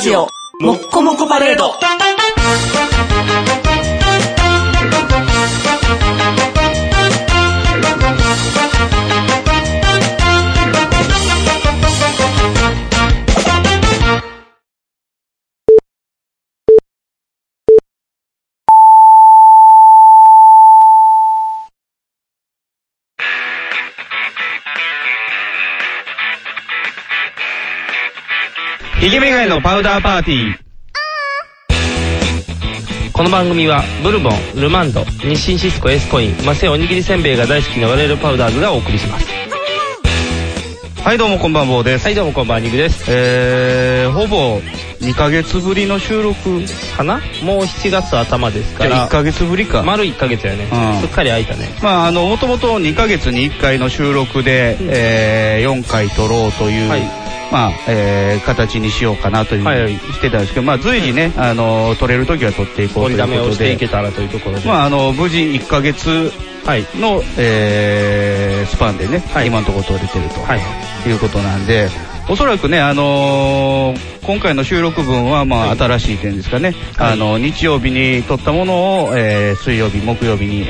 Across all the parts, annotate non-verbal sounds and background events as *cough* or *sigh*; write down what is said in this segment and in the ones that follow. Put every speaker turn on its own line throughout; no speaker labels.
ジオもっこもこパレード
イケメガイのパウダーパーティー。この番組はブルボン、ルマンド、日清シスコエスコイン、マセおにぎりせんべいが大好きな我々パウダーズがお送りします。
はい、どうもこんばんぼうです。
はい、どうもこんばんは、ニグです。
えー、ほぼ2ヶ月ぶりの収録
かなもう7月頭ですか
じゃあ
ら
1。ヶ月ぶりか。ま
丸1ヶ月やね、
うん
すっかり空いたね。
あ、あの、もともと2ヶ月に1回の収録で、
うん
えー、4回撮ろうという、
はい
まあ、えー、形にしようかなというふう
はいはい
にしてたんですけど、まあ、随時ね、あの、撮れるときは撮っていこうとい
取り
う
だめを
こ
し
と
て
で、
いけたらというところで。
まあ、あの、無事1ヶ月
はい。
の、えー、スパンでね、
はい
今のところ撮れてると。
は
い
い。
うことなんで、おそらくね、あのー今回の収録分は、まあ、
はい
新しい点ですかね、
はい
あの、日曜日に撮ったものを、えー水曜日、木曜日に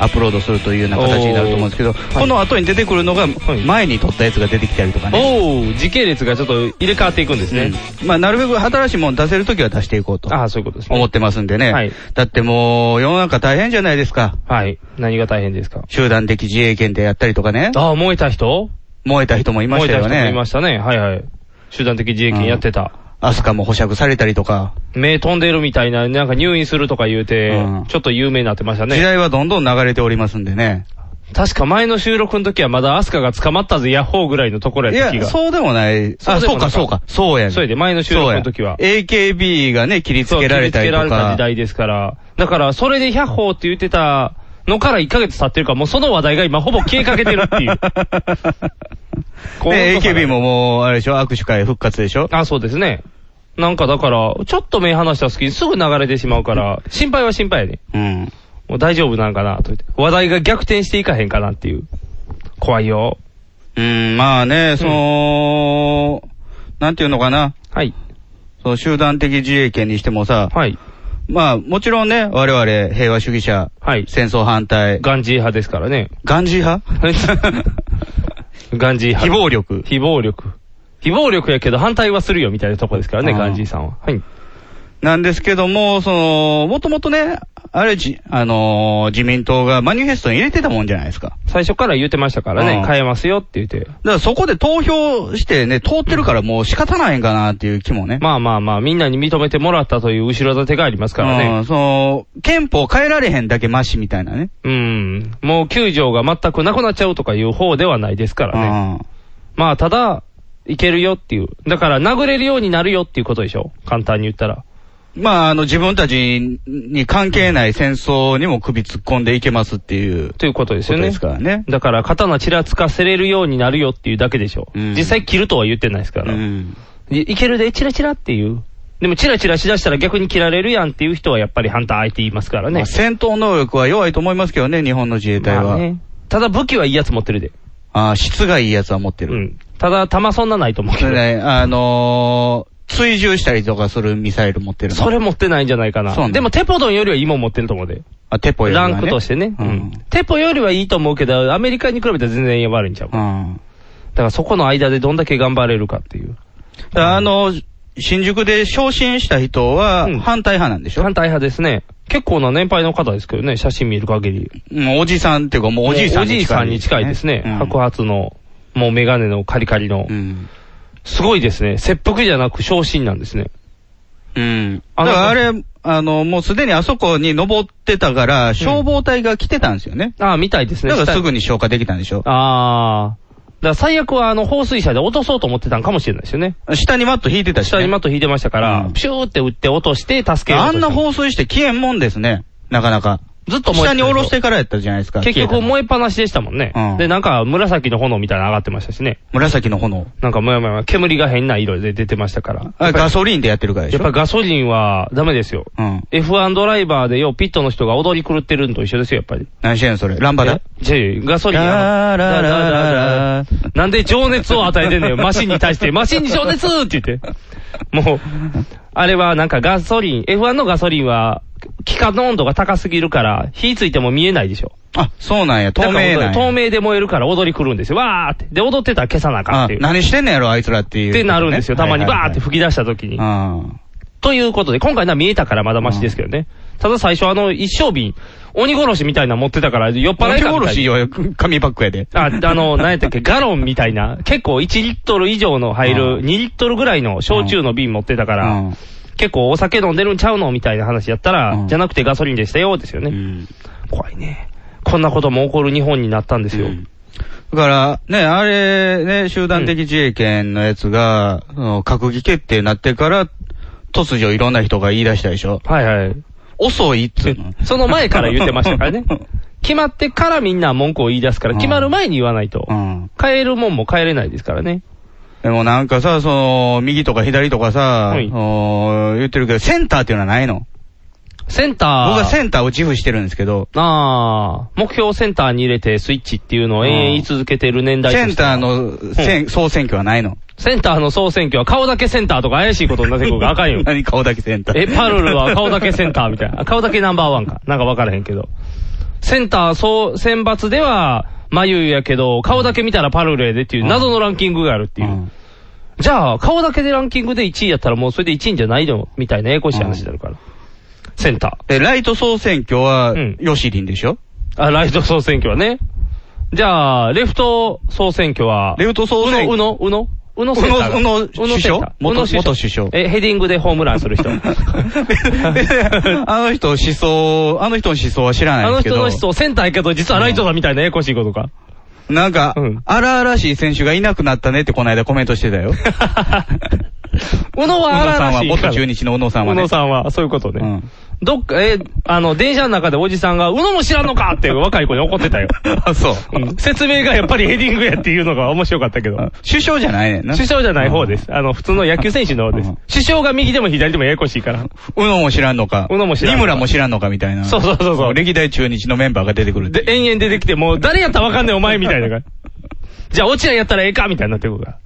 アップロードするというような形になると思うんですけど、
い
この後に出てくるのが
い、
前に撮ったやつが出てきたりとかね。
おー、時系列がちょっと入れ替わっていくんですね。
うんまあ、なるべく新しいもの出せるときは出していこうと
ああ、そういうことですね。
思ってますんでね。
はい
だってもう、世の中大変じゃないですか。
はい。何が大変ですか
集団的自衛権でやったりとかね。
ああ、燃えた人
燃えた人もいましたよ
燃えた人もい
ね
ま。したね。はいはい。集団的自衛権やってた。
アスカも保釈されたりとか。
目飛んでるみたいな、なんか入院するとか言うて、
うん
ちょっと有名になってました
時
ね。
代はどんどん流れておりますんでね。
確か前の収録の時はまだアスカが捕まったぜ、ヤッホーぐらいのところ
い
やった気
や、
が。
そうでもない。
そう
あ、
で
そう
もな
か、
い
そうか。そうやね。
それで前の収録の時は
そうや AKB がね、切りつけられたりと
そう切りつけられた
か
時。代ですから。だから、それでヤッホーって言ってたのから1ヶ月経ってるから、もうその話題が今ほぼ消えかけてるって
*laughs*
いう。こう
ね AKB。ももう、あれでしょ、握手会復活でしょ。
あ、そうですね。なんかだから、ちょっと目離した隙にすぐ流れてしまうから、心配は心配やね。
うん。
もう大丈夫なんかな、と言って。話題が逆転していかへんかなっていう。怖いよ。
うん、まあね、その、なんていうのかな。
はい。
その集団的自衛権にしてもさ、
はい。
まあ、もちろんね、我々、平和主義者、
はい。
戦争反対、
ガンジー派ですか
*laughs*
らね。
ガンジー派
ガンジー派。
非暴力。
非暴力。非暴力やけど反対はするよみたいなとこですからね、
あー
ガンジーさんは。はい。
なんですけども、その、もともとね、あれじ、あのー自民党がマニフェストに入れてたもんじゃないですか。
最初から言ってましたから
う
ね
ん、
変えますよって言って。
だからそこで投票してね、通ってるからもう仕方ないんかなっていう気もね。
まあまあまあ、みんなに認めてもらったという後ろ盾がありますから
う
ね。
ん、その、憲法変えられへんだけマシみたいなね。
うん。もう9条が全くなくなっちゃうとかいう方ではないですからね。まあ、ただ、いけるよっていう。だから、殴れるようになるよっていうことでしょ簡単に言ったら。
うん。まあ、あの、自分たちに関係ない戦争にも首突っ込んでいけますっていうこと
いうことです
と
よね。
ですからね。
だから、刀ちらつかせれるようになるよっていうだけでしょ。
うん
実際切るとは言ってないですか
う
ら。
ん。
いいけるで、チラチラっていう。でも、チラチラしだしたら逆に切られるやんっていう人はやっぱり反対って言いますから
ま
ね
あ。戦闘能力は弱いと思いますけどね、日本の自衛隊は。
まあねただ、武器はいいやつ持ってるで。
ああ、質がいいやつは持って
う
る。
ん。ただ、弾そんなないと思うけ
そ
ど。
れね、あのー、追従したりとかするミサイル持ってるの。
それ持ってないんじゃないかな。
そうなんだ
でも、テポドンよりはいいもん持ってると思うで。
あ、テポより
ラ
はね
ンクとしてね。
う
うんん。テポよりはいいと思うけど、アメリカに比べたら全然悪いんちゃう。
う
だ
ん。
からそこの間でどんだけ頑張れるかっていう。
だからあの、新宿で昇進した人は
うん
反対派なんでしょ、
反対派ですね。結構な年配の方ですけどね、写真見る限り。
もうおじさんっていうかもうおじいさん
おじいさんに近いですね。白髪の、もうメガネのカリカリの
う。ん。
すごいですね。切腹じゃなく昇進なんですね。
うん。
あ
だ
の
からあれ、あの、もうすでにあそこに登ってたから、消防隊が来てたんですよね。
ああ、みたいですね。
だからす
下
ぐに消火できたんでしょ
ああ。だから最悪はあの、放水車で落とそうと思ってたんかもしれないですよね。
下にマット引いてたし、
下
ね。
にマット引いてましたから、
うん
ピューって打って落として助け
あ
ようとした
んな放水して消えんもんですね。なかなか。
ずっと燃えて
下
たで
に
しょ
下ろしてからやったじゃないですか。
結
消えた
局
の
燃えっぱなしでしたもんね。
うん
で、なんか紫の炎みたいなの上がってましたしね。
紫の炎。
なんかもやもや、煙が変な色で出てましたから。
あガソリンでやってるからでし
やっ
ょ
ぱガソリンはダメですよ。
うん。
F1 ドライバーでよ、ピットの人が踊り狂ってるのと一緒ですよ、やっぱり。
何してんのそれ。ランバダ
え違うガソリンは
ララララララ
なんで情熱を与えてんねん、マシンに対して。マシンに情熱って言って。もう、あれはなんかガソリン、F1 のガソリンは、気化の温度が高すぎるから、火ついても見えないでしょ。
あ、そうなんや、透明
な
なんん
か
や
透明で燃えるから踊り来るんですよ。わーって。で、踊ってたら消さなあかんっ
あ
ていう。っ
何してんねやろ、あいつらっていう、
てなるんですよ。たまにバーって
吹
吹き出した時に。
うん。
ということで、今回のは見えたからまだマシですけどね。ただ最初あの、一升瓶、鬼殺しみたいなの持ってたから、酔っ払いかみ
お
たい
し
な。
よ、紙パックやで。
あ、あの、何やったっけ、 *laughs* ガロンみたいな、結構1リットル以上の入る、
う
2
ん
リットルぐらいの焼酎の瓶持ってたから、
うん
結構お酒飲んでるんちゃうのみたいな話やったら、
うん
じゃなくてガソリンでしたよ、ですよね。
うん
怖いね。こんなことも起こる日本になったんですよ。
うんだから、ね、あれ、ね、集団的自衛権のやつが、その閣議決定になってから、突如いろんな人が言い出したでしょ。
はいはい。
遅いっつうの。
その前から言ってましたからね。
*laughs*
決まってからみんな文句を言い出すから、
うん
決まる前に言わないと
う。ん。
変えるもんも変えれないですからね。
でもなんかさ、その、右とか左とかさ、
はい
おー言ってるけど、センターっていうのはないの。
センター。
僕はセンターを自負してるんですけど、
ああ、目標をセンターに入れてスイッチっていうのを永遠言い続けてる年代と
セ
して
ンターのせん総選挙はないの。。
センターの総選挙は顔だけセンターとか怪しいことになってくるからあかんよ
何顔だけセンター。
*laughs* え、パルルは顔だけセンターみたいな。あ顔だけナンバーワンか。なんかわからへんけど。センター総選抜では、眉やけど、顔だけ見たらパルルやでっていう謎のランキングがあるっていう。
うん
じゃあ、顔だけでランキングで1位やったらもうそれで1位じゃないのみたいなややこしい話になるから。センタ
で、ライト総選挙は
うん、
ヨシリンでしょ
ー。あ、ライト総選挙はね。じゃあ、レフト総選挙は、
レフト総選
う
挙。
の、うの、うの、うのセンターが。
うのう
う
の首
セン
相
ター
元
うの
元首相
え、ヘディングでホームランす
*laughs*
る人。
であの人の思想、あの人の思想は知らない
あ
ん
の
ですけど。
人の思想、センターやけど、実はライトだみたいなややこしいこ
*laughs*
とか。
なんか
うん、
荒々しい選手がいなくなったねってこの間コメントしてたよ。
うの
小
は
野さ
荒
ん
々
は、
しい。
元中日の小野さんは
う
ね
の。さんは、そういうことね。
うん
どっか、え、あの、電車の中でおじさんが、うのも知らんのかって若い子に怒って
*laughs*
たよ。
あ、そう。
うん説明がやっぱりヘディングやっていうのが面白かったけど。
首相じゃないねんな。
首相じゃない方です。あの、普通の野球選手の方で
う
す
ん。
首相が右でも左でもややこしいから。
うのも知らんのか。
うのも知らんの
三
か
村も知らんのかみたいな。
そうそうそうそう
歴代中日のメンバーが出てくるって
で、延々出てきて、もう誰やったらわかんないお前みたいなのが。じゃあ、落合やったらええかみたいになってくるから。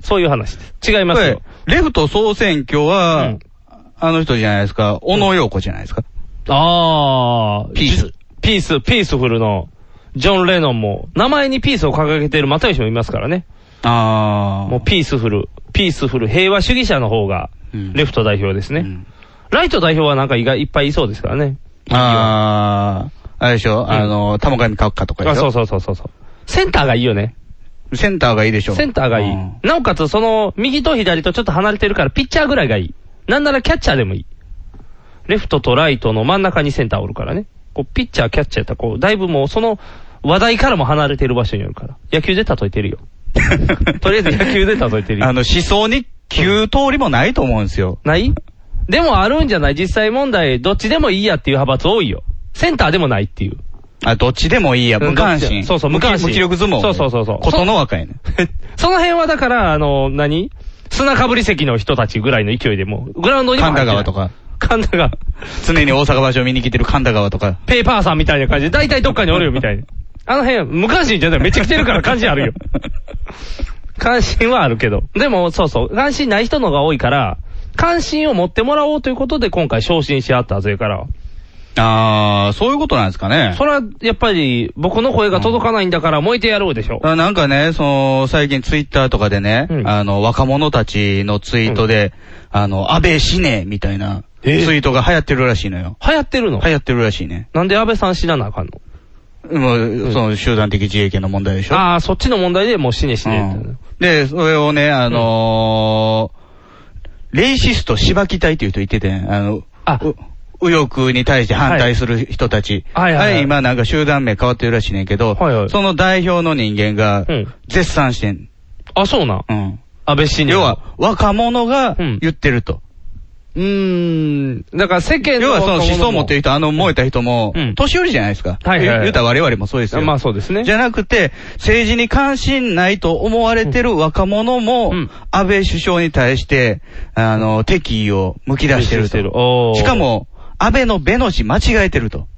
そういう話です。違いますよ。
レフト総選挙は、
うん
あの人じゃないですか。小野洋子じゃないですか。
あー。
ピース
じ。ピース、ピースフルの、ジョン・レノンも、名前にピースを掲げている又吉もいますからね。
ああ。
もうピースフル、ピースフル、平和主義者の方が、
うん
レフト代表ですね。
うん
ライト代表はなんか意外いっぱいいそうですからね。
ああ、あれでしょ、あの、玉上閣下とかで
あ、
し
そう
ょ
そうそうそうそう。センターがいいよね。
センターがいいでしょ
センターがいい。
うん
なおかつ、その、右と左とちょっと離れてるから、ピッチャーぐらいがいい。なんならキャッチャーでもいい。レフトとライトの真ん中にセンターおるからね。こう、ピッチャー、キャッチャーやったら、こう、だいぶもう、その、話題からも離れてる場所におるから。野球で例えてるよ。 *laughs* とりあえず野球で例えてるよ
あの、思想に9通りもないと思うんですよ。
ないでもあるんじゃない実際問題、どっちでもいいやっていう派閥多いよ。センターでもないっていう。
あ、どっちでもいいや、無関心。
そうそう無関心
無気力相撲。
そうそうそうそう
ことの若いね。
その辺はだから、あの、何砂かぶり席の人たちぐらいの勢いでもう、グラウンドにも入
神
って
田
な
川
い
と。か。
神田川。
常に大阪場所を見に来てる神田川とか。
ペーパーさんみたいな感じで、大体どっかにおるよみたいな。あの辺、無関心じゃない。めっちゃ来てるから関心あ
*laughs*
るよ。関心はあるけど。でも、そうそう。関心ない人のが多いから、関心を持ってもらおうということで今回昇進し合ったはずやから。
あー、そういうことなんですかね。
それは、やっぱり、僕の声が届かないんだから燃えてやろうでしょ。
あなんかね、その、最近ツイッターとかでね、
うん
あの、若者たちのツイートで、あの、安倍死ね、みたいな、ツイ
え
ートが流行ってるらしいのよ。
流行ってるの、
流行ってるらしいね。
なんで安倍さん死ななあかんの
もう、その、集団的自衛権の問題でしょ。
ああ、そっちの問題でもう死ね死ねって、
うんで、それをね、あのーレイシストしばき隊っていう人言ってて、あの、
あ
う右翼に対して反対する人たち。
はいはいはい
あれ今なんか集団名変わってるらしいねんけど、
はいはい
その代表の人間が
うん、
絶賛してん。
あ、そうなん。
うん。
安倍死ね。
要は、若者が
うん
言ってると。
うーん。だから世間の
要はその思想を持ってる
る
人、あの燃えた人も
うん、
年寄りじゃないですか。
はいはいはい
言うたら我々もそうですよ。
まあそうですね。
じゃなくて、政治に関心ないと思われてる若者も、
うん
安倍首相に対して、あの、敵意を剥き出してると。
おー
しか、も、安倍のベの字間違えてると。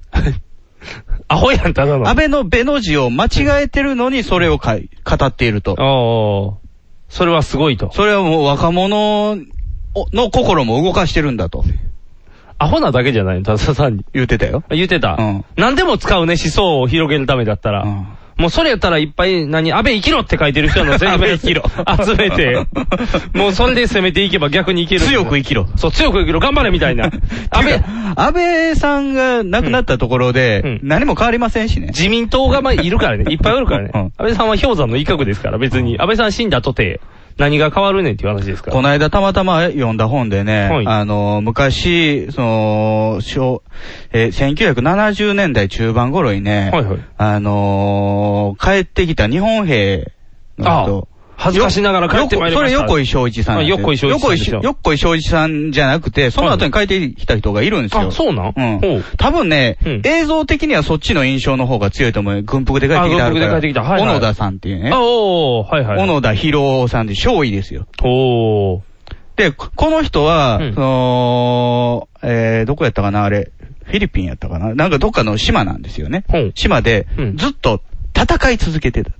アホやん、ただの。
安倍のベの字を間違えてるのにそれをかい語っていると。
おーそれはすごいと。
それはもう若者おの心も動かしてるんだと
アホなだけじゃないの、たださんに。
言ってたよ。
言ってた。
うん
何でも使うね、思想を広げるためだったら。
うん
もうそれやったらいっぱい、何、安倍生きろって書いてる人の全
*laughs*
部
安倍生きろ
集め
*laughs*
て、もうそれで攻めていけば逆にいける。
強く生きろ。。
そう、強く生きろ、頑張れみたいな
*laughs*
安倍、
安倍さんが亡くなったところ
うん
で、
うん
何も変わりませんしね。
自民党がまあいる *laughs* からね、いっぱいおるからね。
うん
安倍さんは氷山の一角ですから、別に。安倍さん死んだとて、何が変わるねんっていう話ですから。
この間たまたま読んだ本でね、
はい
あの、昔、その、昭えー1970年代中盤頃にね、
はいはい
あのー帰ってきた日本兵の人、
恥ずかしながら帰ってまいりま
よ
した。
それ横井正一さんなんですよ。
あ横井正一さんですよ
横井正一さんじゃなくて、その後に帰ってきた人がいるんですよ。
あ、そうなん
うん
ほう。
多分ね、
うん
映像的にはそっちの印象の方が強いと思うよ。軍服で帰ってきた
あ
あるか
軍服で
ら。
帰ってきたはいはい
小野田さんっていうね。
あ、おー、はいはい。
小野田博夫さんで、少尉ですよ。
おー。
で、ここの人は、
うん
その、えー、どこやったかなあれ、フィリピンやったかななんかどっかの島なんですよね。
ほう
島で
う、ん
ずっと戦い続けてた。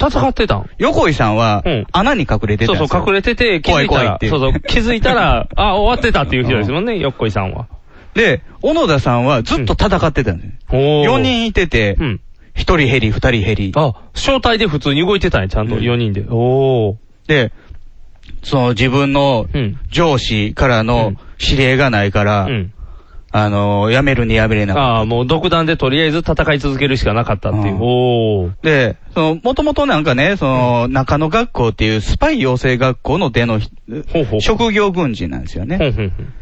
戦ってたん
横井さんは
うん、
穴に隠れてた
そ
ん
う
です
そ
よ。
う、隠れてて、気
怖
づ
い
いた
怖いっ
ら、
て
そうそう、気づいたら、 *laughs* あ、終わってたっていう人ですもんね、よっこいさんは。
で、小野田さんはずっと戦ってたんですよ。
お
4。人いてて、
うん。
1人減り、2人減り。
あ、招待で普通に動いてたんや、ちゃんと
うん
4人で。おー。
で、その自分の
うん。
上司から
う
の
ん
指令がないか
う
ら、
ん。
あの、辞めるに辞めれなかっ
ああ、もう独断でとりあえず戦い続けるしかなかったっていう
ん
う。おー。
た。で、その、もともとなんかね、その、中野学校っていうスパイ養成学校の出のひ
ほうほう。
職業軍人なんですよ
ほ
ね。
んほんほん。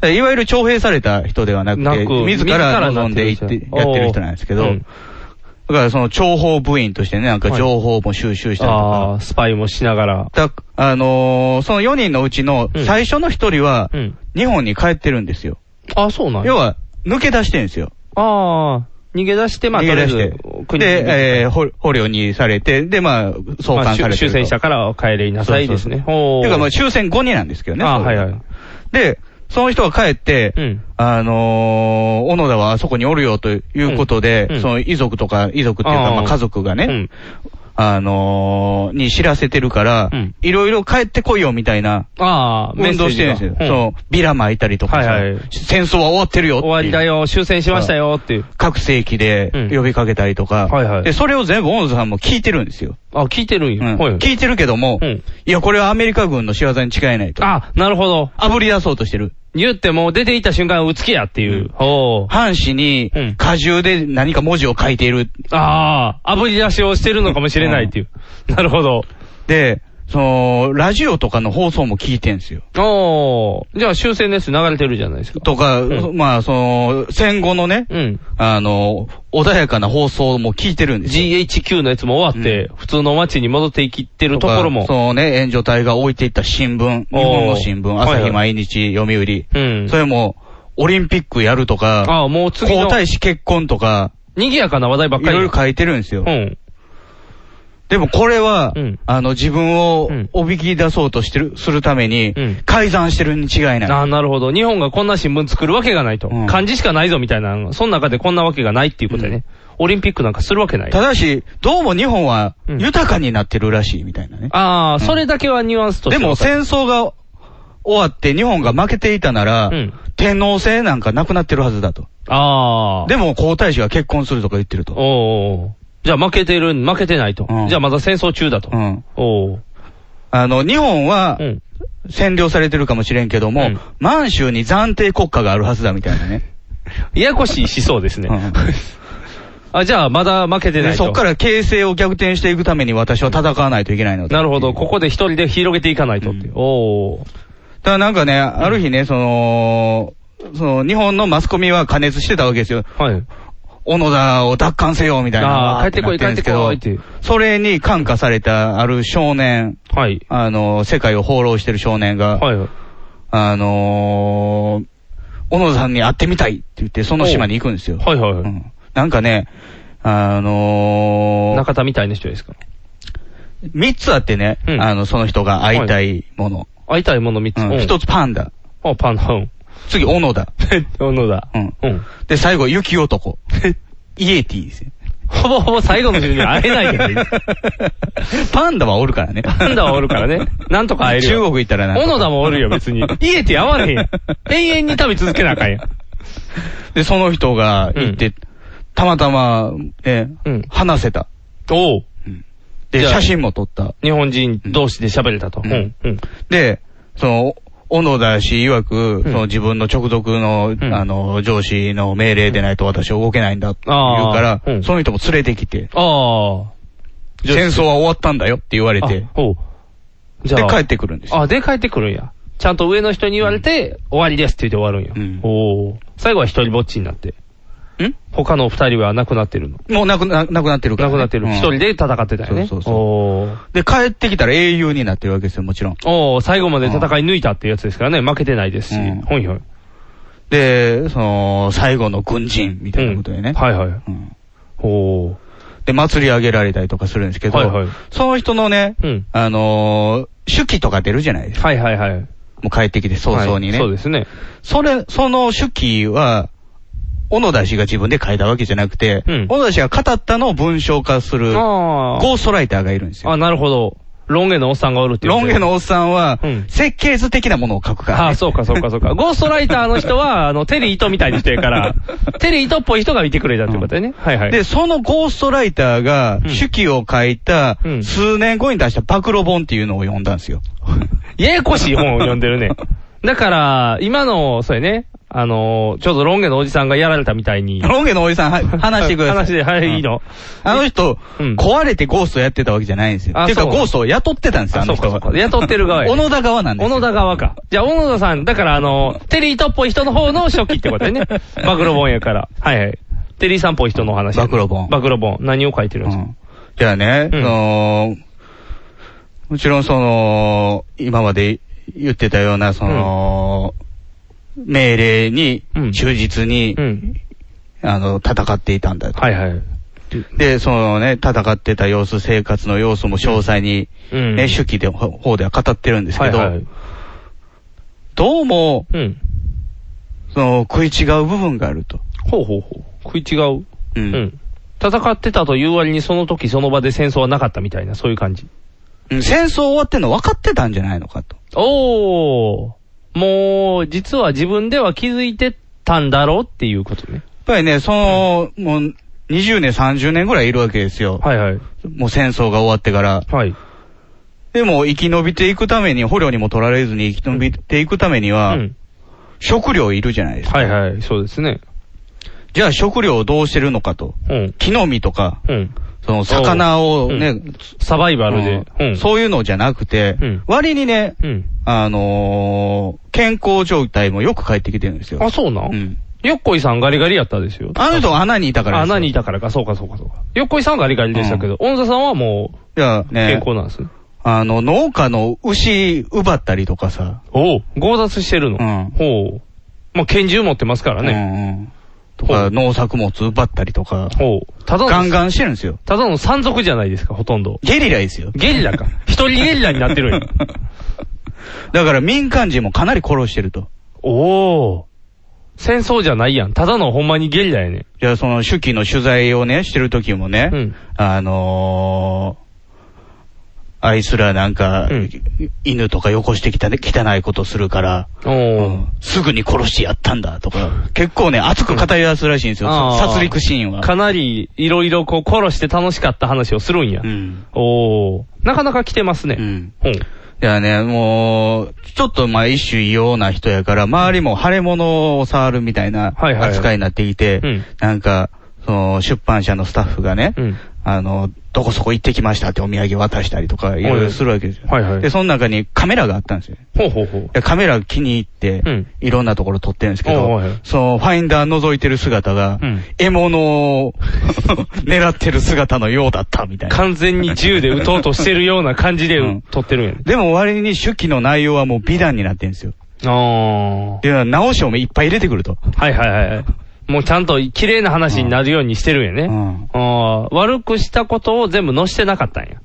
でいわゆる徴兵された人ではなく
な
て、
く
自ら望んでいっ
自ら
て
な
やっ
ってる人
てる人なんですけど、
おー
だ
うん
からその諜報部員としてね、なんか
はい
情報も収集したりとか、
ああ、スパイもしながら。
だあのーその4人のうちの
うん
最初の1人は
う、ん。
日本に帰ってるんですよ。
あ、そうなんや
要は、抜け出してるんですよ。
ああ、逃げ出して、まあ、
逃げ出し
とりあえず
て。
国に
で、えー捕捕虜にされて、で、まあ、送還さ
ま
れ
あ
てると。
終終戦したから帰れなさいですね。ほ
て
う。
か、まあ、終戦後になんですけどね。
ああ、
そ
は
れ
いはい。
で、その人が帰って、
うん。
あのー、小野田はあそこにおるよということで、
うんうん
その遺族とか、遺族っていうか、
ああ
まあ、家族がね、
うん。
あのー、に知らせてるから
うん、
いろいろ帰ってこいよみたいな、
ああ、
運動してるんですよ。
メッセージが
そ
うん
の、ビラ巻いたりとかさ、
はいはい
戦争は終わってるよってい
終
う
わりだよ、終戦しましたよっていう。
各世紀で呼びかけたりとか、
うんはいはい
で、それを全部小野田さんも聞いてるんですよ。
あ、聞いてるん
う
や。
ん
はい。
聞いてるけども、
うん。
いや、これはアメリカ軍の仕業に違いないと。
あ、なるほど。
炙り出そうとしてる。
言ってもう出ていった瞬間、うつけやっていう。ほう。
半紙に
うん、
荷重で何か文字を書いている。
ああ、炙り出しをしてるのかもしれないっていう。なるほど。
で、その、ラジオとかの放送も聞いてんですよ。
おー。じゃあ終戦です。流れてるじゃないですか。
とか、
うん
まあ、その、戦後のね、
うん。
あの、穏やかな放送も聞いてるんですよ。
GHQ のやつも終わって、普通の街に戻っていきってるところも。
そのね、援助隊が置いていった新聞、日
おー
本の新聞、朝
はいは
日
い
毎日、読売。
うん。
それも、オリンピックやるとか、
ああ、もう次
皇
の、
太子結婚とか、
賑やかな話題ばっ
い
かり。
ろいろ書いてるんですよ
う。ん。
でもこれは、
うん
あの、自分を
うん
おびき出そうとしてる、するために
うん、
改ざんしてるに違いない。
ああ、なるほど。日本がこんな新聞作るわけがないと。
うん
漢字しかないぞみたいな。その中でこんなわけがないっていうことやね。オリンピックなんかするわけない。
ただし、どうも日本は
うん
豊かになってるらしいみたいなね。
ああ、
うん
それだけはニュアンスとし
で
て。
も戦争が終わって日本が負けていたなら、
うん
天皇制なんかなくなってるはずだと。
ああ。
でも皇太子が結婚するとか言ってると。
おうおうじゃあ負けてる、負けてないと。
うん
じゃあまだ戦争中だと。
うん。
おう
あの、日本は
うん。
占領されてるかもしれんけども、
うん
満州に暫定国家があるはずだみたいな
*laughs*
ね。
ややこしい思想ですね。
うん
あ、じゃあまだ負けてな
で
いと。
そっから形勢を逆転していくために私は戦わないといけないのだ
なるほど。ここで一人で広げていかないとっていう。おう
ただなんかね、ある日ね、その、その、日本のマスコミは加熱してたわけですよ。
はい。
小野田を奪還せよ、みたいな。
ああ、帰ってこい、帰ってこいって。いう。
それに感化されたある少年、
はい。
あの、世界を放浪してる少年が、
はい。
あのー、小野田さんに会ってみたいって言って、その島に行くんですよ。
はいは
う
い。
んなんかね、あのー、
中田みたいな人ですか
三つあってね、
うん
あの、その人が会いたいもの。
会いたいもの3つ。
うん一、つパンダ。
つ。あ、パンダ。うん。
次、小野田。
小野田。
うん
うん。
*laughs* で、最後、雪男。イエティですよ。
ほぼほぼ最後の順に会えないじ
*laughs*
ゃないですか。
パンダはおるからね。
パンダはおるからね。なんとか会えるよ。
*laughs* 中国行ったらなん
小
とか
野田もおる
*laughs*
よ、別に。家って会われへんやん。永遠に旅続けなあかんやん。
で、その人が行って、たまたま、え、
うん
話せた。
おう。
で、
じゃあ
写真も撮った。
日本人同士で喋れたと。
う
う
んん。
うん。
で、その、小野田氏曰く、
ん
その自分の直属の、
ん
あの、上司の命令でないと私は動けないんだって言うから、
あーうん
その人も連れてきて、
ああ。じゃあ
戦争は終わったんだよって言われて、
あおう。じ
で、
ゃあ。
帰ってくるんですよ。
あ、で帰ってくるんや。ちゃんと上の人に言われて、終わりですって言って終わるんや。
うん
おお。最後は一人ぼっちになって。
ん
他のお二人は亡くなってるの。
もう亡くな、亡くなってるからね、
亡くなってる。
うん
一、人で戦ってたよね。
そうそうそう
おー
で、帰ってきたら英雄になってるわけですよ、もちろん。
おー最後まで戦い抜いたってやつですからね。負けてないですし。
うん
ほいほい。
で、その、最後の軍人みたいなことでね。
うんはいはい。
うん
おー
で、祭り上げられたりとかするんですけど、
はいはい
その人のね、
うん
あのー手記とか出るじゃないですか。
はいはいはい。
もう帰ってきて早々にね。
はいそうですね。
それ、その手記は、小野田氏が自分で書いたわけじゃなくて、
うん
小野田氏が語ったのを文章化する、ゴ
あ
ーストライターがいるんです
あ。あ、
よ。
なるほど。ロン毛のおっさんがおるっていう。
ロン毛。のおっさんは *laughs*
うん、
設計図的なものを書くから、ね。
ああ、そうかそうかそうか。ゴーストライターの人は、あの、テリー糸みたいにして
*laughs*
るから、テリー糸っぽい人がいてくれたってことだよね。はいはい。
で、そのゴーストライターが、
ん
手記を書いた
う、ん
数年後に出した暴露本っていうのを読んだんですよ。
ややこしい本を読んでるね。だから、今の、そうやね、あのー、ちょうどロン毛のおじさんがやられたみたいに。
ロン毛のおじさん、
*laughs*
はい話してください。
話で、はい、いいの。
あの人、
うん
壊れてゴーストやってたわけじゃないんですよ。
あ
っていうか、
そう
ゴーストを雇ってたんですよ、
あ
あ
そ
の
うか
人
そう
は。
か。雇ってる側や。
小野田側なんです
小
よ。
野田側か。じゃあ、小野田さん、だからあの、テリーとっぽい人の方の初期ってことだ
*laughs*
よね。暴露本やから。はいはい。テリーさんっぽい人のお話。
暴露本
暴露本。何を書いてるんです
う
か
んじゃあね、
うん
その、もちろんその、今まで言ってたような、その、命令に
うん
忠実に、
うん。
あの、戦っていたんだと。
はいはい。
で、そのね、戦ってた様子、生活の様子も詳細に、
うん。
ね、手記で、ほ方では語ってるんです
は
け
い
ど、
はい。
どうも、
うん。
その、食い違う部分があると。
ほうほうほう。食い違う。
う。
うんん。戦ってたという割にその時その場で戦争はなかったみたいな、そういう感じ。
うん戦争終わってんの分かってたんじゃないのかと。
おー。もう、実は自分では気づいてたんだろうっていうことね。
やっぱりね、その、もう、20年、30年ぐらいいるわけですよ。
はいはい。
もう戦争が終わってから。
はい。
でも、生き延びていくために、捕虜にも取られずに生き延びていくために
う
は、
ん。
食料いるじゃないですか。
はいはい。そうですね。
じゃあ、食料をどうしてるのかと。
うん。
木の実とか、
うん。
その、魚をね、
うサバイバルで。
う
うんん。
そういうのじゃなくて、
うん
割にね、
う。うん。
あのー健康状態もよく返ってきてるんですよ。
あ、そうなん、
うん。
よっこいさんガリガリやったですよ。
あの人は穴にいたからですよ
あ、何いたからか。そうかそうかそうか。よっこいさんはガリガリでしたけど、オンザさんはもう、
じゃあ
健
ね、
康なんですね。
あの、農家の牛奪ったりとかさ、
おう。強奪してるの。
うん
ほう。まあ、拳銃持ってますからね。
うんうん。とか、農作物奪ったりとか、
ほう。ただの、
ガンガンしてるんですよ。
ただの山賊じゃないですか、ほとんど。
ゲリラですよ。
ゲリ
*laughs*
ラか。一人ゲリラになってるんや。
だから民間人もかなり殺してると。
おお。戦争じゃないやん。ただのほんまにゲリラやね。
じゃあその手記の取材をね、してる時もね、
うん
あのー、あいつらなんか、
うん
犬とかよこしてきたね、汚いことするから、
お
う
お。
んすぐに殺してやったんだとか、結構ね、熱く語り出すらしいんですよ、
うんあー
殺戮シーンは。
かなり、いろいろこう、殺して楽しかった話をするんや。
うん。
おお。なかなか来てますね。
うん。
ほう
いやね、もう、ちょっとまあ一種異様な人やから、周りも腫れ物を触るみたいな
はいはい
扱いになってきて、
うん
なんか、その出版社のスタッフがね、
うん
あの、どこそこ行ってきましたってお土産渡したりとか、いろいろするわけですよ。
はいはい
で、その中にカメラがあったんですよ。
ほうほうほう。
でカメラ気に入って、
うん
いろんなところ撮ってるんですけ
お
ど
うはいはい、
そのファインダー覗いてる姿が、
うん
獲物を *laughs* 狙ってる姿のようだったみたいな。
完全に銃で撃とうとしてるような感じで
うん
撮ってるんやね。
でも割に手記の内容はもう美談になってるんですよ。
あ
で、直しをいっぱい入れてくると。
あ。はいはいはい。もうちゃんと綺麗な話になるようにしてるんやね。
うん
ああ、悪くしたことを全部載してなかったんや。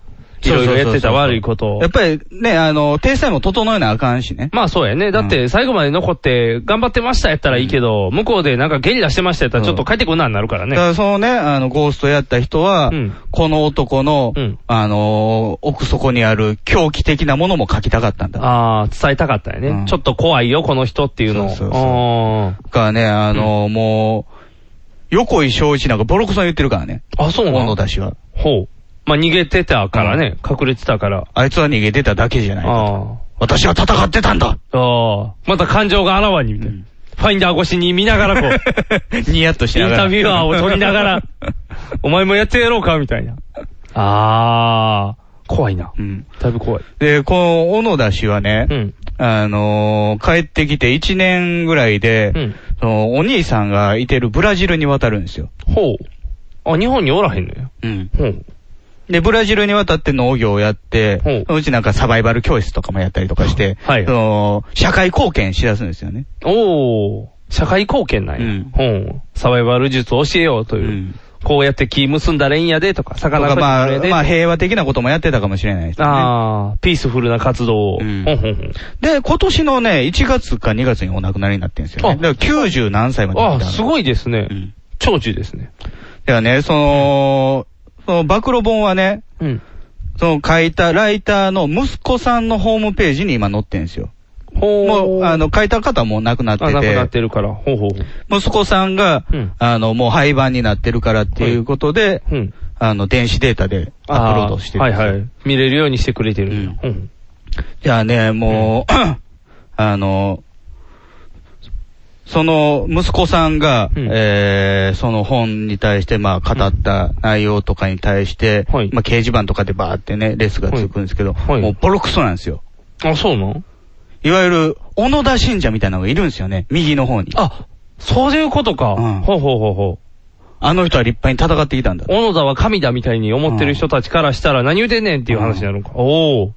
いろいろやってた悪いことを
やっ。ぱりね、あの、体裁も整えなあかんしね。
まあそうやね。だって最後まで残って頑張ってましたやったらいいけど、向こうでなんかゲリラしてましたやったらちょっと帰ってこんなんなるから
だ
ね
か。らそのね、あの、ゴーストやった人は、
うん
この男の、
うん
あの、奥底にある狂気的なものも書きたかったんだ。
ああ、伝えたかったよね、
うん
ちょっと怖いよ、この人っていうのを。
そうそうそう
あ
だからね、あの、もう、横井正一なんかボロクソに言ってるからね。
ーあ、そうな
小野
の
田氏は。
ほう。まあ逃げてたからね。隠れてたから。
あいつは逃げてただけじゃないか。
ああ。
私は戦ってたん
*laughs*
だ
ああ。また感情があらわに、みたいな、ファインダー越しに見ながら *laughs* こう。
ニヤッとし
イン
ながら。
タビュアーを撮りなが *laughs* ら、お前もやってやろうかみたいな。あー、怖いな。
うん。
だいぶ怖い。
で、この小野田氏はね、
うん。
あのー帰ってきて1年ぐらいで、
うん。
そのお兄さんがいてるブラジルに渡るんですよ。
ほう。あ、日本におらへんのや。
うん。
ほう。
で、ブラジルに渡って農業をやって、
ほう
そのうちなんかサバイバル教室とかもやったりとかして、
はい
その社会貢献しだすんですよね。
おー、社会貢献なんや。
うん
ほう。サバイバル術を教えようという。
うん
こうやって木結んだらいいんやでとか、
と
魚
か
が
ま
れ
あ、
で。
まあ平和的なこともやってたかもしれないですね。
あー、ピースフルな活動を。
うん
ほんほんほん。
で、今年のね、1月か2月にお亡くなりになってるんですよ、ね。
あ
だから90何歳まで
あー、
生きた
す
の
ごいですね。
うん。
長寿ですね。
ではね、その、その暴露本はね、
うん。
その書いたライターの息子さんのホームページに今載ってるんですよ。
ほう。
もう、あ、の、書いた方はもう亡くなって、
あ、なくなっててるから。ほうほうほう。
息子さんが、
うん
あの、もう廃盤になってるからっていうことで、
うん。
あの、電子データでアップロードしてる。
はいはい。見れるようにしてくれて
う
る。うん。
じゃあね、もう、あの、その息子さんが、
うん
えーその本に対して、まあ、語った内容とかに対して、
はい
まあ、掲示板とかでバーってね、レスがつくんですけど、
はい
もうボロクソなんですよ。
あ、そうなん
いわゆる、小野田信者みたいなのがいるんですよね、右の方に。
あ、そういうことか。
うん
ほうほうほうほ
あの人は立派に戦ってきたんだ
う。。小野田は神だみたいに思ってる人たちからしたら何言うてんねんっていう話になるのか。おお。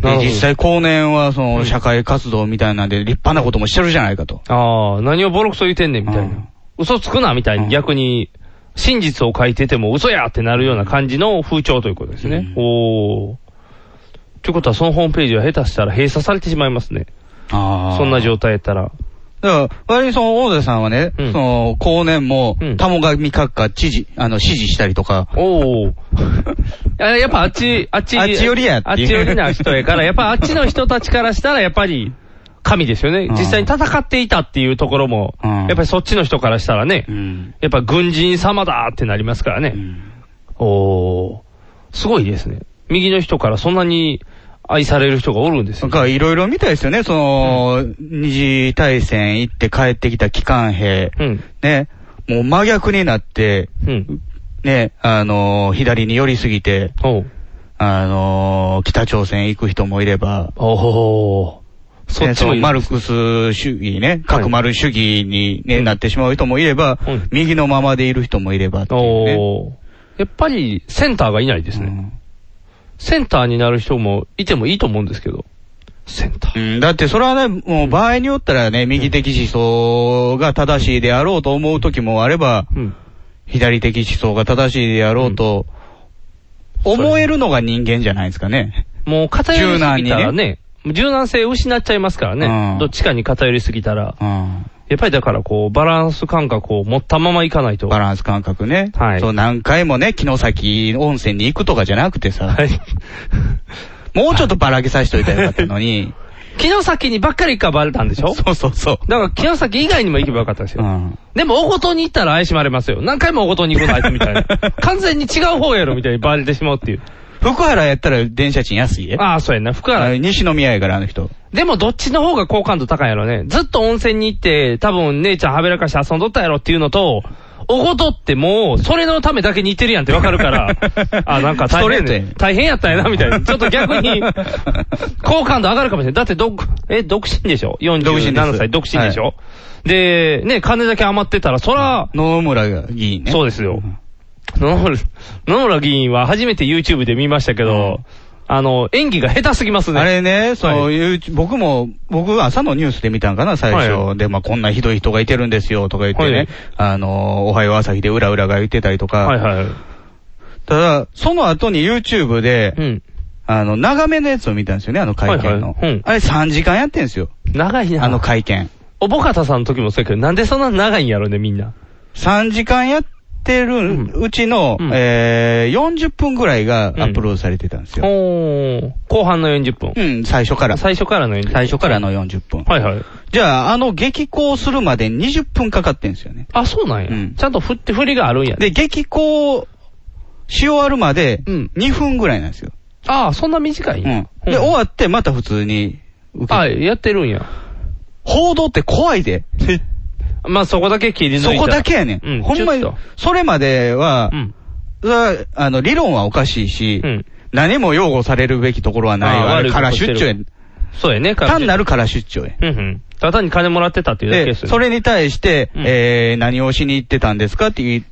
な
で
るほど
実際、後年は、そうの、
ん
社会活動みたいなんで、立派なこともしてるじゃないかと。
ああ、何をボロクソ言うてんねんみたい
うん
な。嘘つくなみたい
うん
に逆に、真実を書いてても嘘やってなるような感じの風潮ということですね。
うん
おお。ということはそのホームページは下手したら閉鎖されてしまいますね。
あー
そんな状態やったら。
だから、割にその、大手さんはね、
うん
その、後年も
う、ん
たもがみ閣下知事、あの、支持したりとか、 *laughs*
おお。あやっぱあっち、あっち、
あっち寄りやっていう
あっち寄りな人やから、やっぱあっちの人たちからしたら、やっぱり、神ですよね
うん。
実際に戦っていたっていうところも、
*laughs* うん
やっぱりそっちの人からしたらね、
ん。
やっぱ軍人様だってなりますからね。おー。すごいですね。右の人からそんなに愛される人がおるんです
なん
よ。
か、いろいろ見たいですよね、その、二次大戦行って帰ってきた機関兵、
うん。
ね、もう真逆になって、
うん。
ね、あのー左に寄りすぎて、
おう
あのー北朝鮮行く人もいれば、
おー。そ
ね
っち
そ
も
の
いる
マルクス主義ね、核丸主義に、ね
うん
なってしまう人もいれば、
うん
右のままでいる人もいればっていうね。
おー。やっぱり、センターがいないですね。
うん
センターになる人もいてもいいと思うんですけど。センタ
う
ー。
ん、だってそれはね、もう場合によったらね、右的思想が正しいであろうと思う時もあれば、
うん。
左的思想が正しいであろうと、
うん
思えるのが人間じゃないですかね。
もう偏りすぎた
柔軟
ら
に
ね、柔軟性失っちゃいますからね。
うん
どっちかに偏りすぎたら。
うん。
やっぱりだからこう、バランス感覚を持ったままいかないと。
バランス感覚ね。
はい
そう、何回もね、城崎温泉に行くとかじゃなくてさ、
はい。 *laughs*
もうちょっとばらけさせといたらよかったのに。
木崎にばっかり行かばれたんでし
*laughs*
ょ
そうそうそう。
だから木崎以外にも行けばよかったです
う
よ。
ん。
でも、おごとに行ったら怪しまれますよ。何回もおごとに行くのあいつみ *laughs* たいな。完全に違う方やろみたいにバレてしまうっていう。
福原やったら電車賃安いえ。
ああ、そうやんな。福原
あの西宮やから、あの人。
でもどっちの方が好感度高いやろね。ずっと温泉に行って、多分姉ちゃんはべらかして遊んどったやろっていうのと、おごとってもう、それのためだけに行ってるやんってわかるから、 *laughs* あ、なんか大
ストレートやん
変、大変やったんやな、みたいな。ちょっと逆 *laughs* に、好感度上がるかもしれない。だって、ど、え、独身でしょ
独身です
?47 歳、独身でしょ、
は
で、ね、金だけ余ってたら、そら、
野々村議員ね。
そうですよ。野々村、野々村議員は初めて YouTube で見ましたけど、あの、演技が下手すぎますね。
あれね、そう
は
いう、僕も、僕朝のニュースで見たんかな、最初。
は
で、まあ、こんなひどい人がいてるんですよ、とか言ってね。
はい
あのー、おはよう朝日で裏裏が言ってたりとか。
はいはい。
ただ、その後に YouTube で、
うん。
あの、長めのやつを見たんですよね、あの会見の。
はいはいうん
あれ3時間やってんですよ、
長いな。
あの会見。
おぼかたさんの時もそうやけど、なんでそんな長いんやろね、みんな。
3時間やってるうちの、
うん
えー、40分ぐらいがア
うん
ップロードされてたんですよ。
おー。後半の40分
う。ん、最初から。最
最初からの40分。
初からの40分。
はいはい。
じゃあ、あの激高するまで20分かかってんですよね。
あ、そうなんや。
うん
ちゃんと振って振りがあるんやね。
で、激高し終わるまで
うん
2分ぐらいなんですよ。
ああ、そんな短いん
う
や
ん。で、終わってまた普通に受け
あ、やってるんや。
報道って怖いで。
まあそこだけ切り抜いた
そ
ら
こだけやね。
うんん。
ほんまに
ちょっと、
それまでは
う、ん。
それはあの、理論はおかしいし
う、ん。
何も擁護されるべきところはない
あー
わ。あれ
悪いこ
か
と
ら出張や
して。そうやね、
単な
る。
るから出張や。
うんうん。ただ単に金もらってたっていうだけで
で、
すよね。
それに対して、
うん
えー、何をしに行ってたんですかっていう、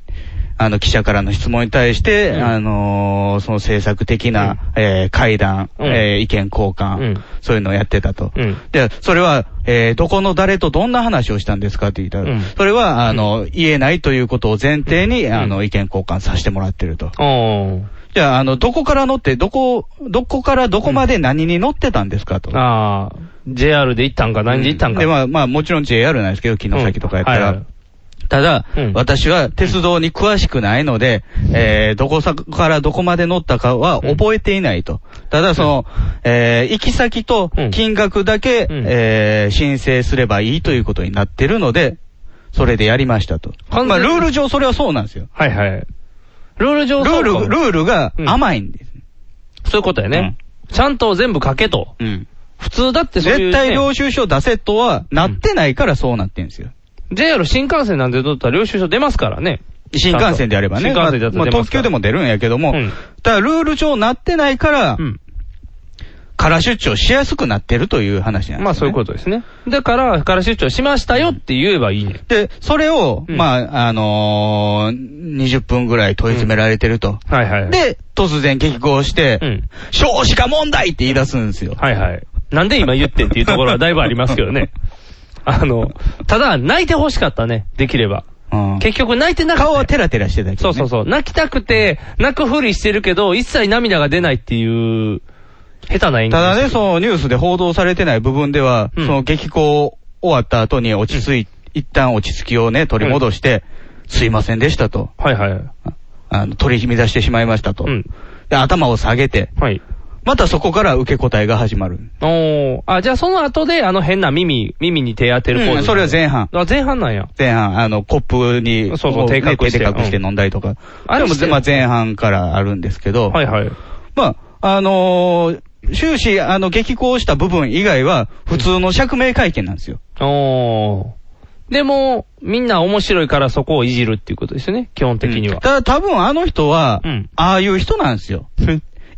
あの、記者からの質問に対して、
うん
あのーその政策的な、えー、会談、
うん
えー、意見交換、
うん
そういうのをやってたと。
うん。
で、それは、えー、どこの誰とどんな話をしたんですかって言ったら、
うん
それは、あの、言えないということを前提に、
ん
あの、意見交換させてもらってると。
おー。
じゃあ、あの、どこから乗って、どこ、どこからどこまで何に乗ってたんですかと。
ああ、JR で行ったんか、何で行ったんか。
で、まあ、まあ、もちろん JR なんですけど、木の先とかやったら。
うんはいはい
ただ、
うん
私は鉄道に詳しくないので、えー、どこさからどこまで乗ったかは覚えていないと。ただ、その、えー、行き先と
うん
金額だけ、
うん
えー、申請すればいいということになってるので、それでやりましたと。
完全に
まあ、ルール上それはそうなんですよ。
はいはい。ルール
ル
上
ー
そう
ル、
か
ルールが
うん
甘いんです。
そういうことやね。ちゃんと全部書けと。
うん。
普通だってそういう、ね。
絶対領収書出せとはなってないからそうなってんですよ。
JR 新幹線なんて取ったら領収書出ますからね。
新幹線であればね。
新幹線でやった
ま
ら
あ
出
まあ
ます
特
か
急
ら
でも出るんやけども、
うん
ただルール上なってないから、
うん。
から出張しやすくなってるという話なんですよ、ね。
まあそういうことですね。だから、から出張しましたよって言えばいいね。
で、それを、
うん
まあ、あのー、20分ぐらい問い詰められてると。
はいはい。、
で、突然激高して、
うん。
少子化問題って言い出すんですよ。
はいはい。なんで今言ってんっていうところはだいぶありますけ
*laughs*
どね。あの、ただ、泣いて欲しかったね。できれば。
うん
結局泣いてなかった。
顔はテラテラしてたけど、
そう
ね。
そうそう。泣きたくて、泣くふりしてるけど、一切涙が出ないっていう、下手な演技。
ただね、そのニュースで報道されてない部分では、
うん
その激高終わった後に落ち着い、一旦落ち着きをね、取り戻して、すいませんでしたと。
はいはい。
あの、取り乱してしまいましたと。
うん。
で、頭を下げて、
はい。
またそこから受け答えが始まる。
おー。あ、じゃあその後で、あの変な耳、耳に手当てるポーズ、
うんそれは前半。
あ、前半なんや。
前半、あの、コップに、
そうそう
こ
手隠して
手隠して飲んだりとか。
あ
あ
れ
れ
も
も
してる、
まあ前半からあるんですけど、
はいはい。
まあ、あのー終始、あの、激高した部分以外は、普通の釈明会見なんですよ。
おー。でも、みんな面白いからそこをいじるっていうことですよね、基本的に
う
は
ん。ただ多分あの人は、
うん
ああいう人なんですよ。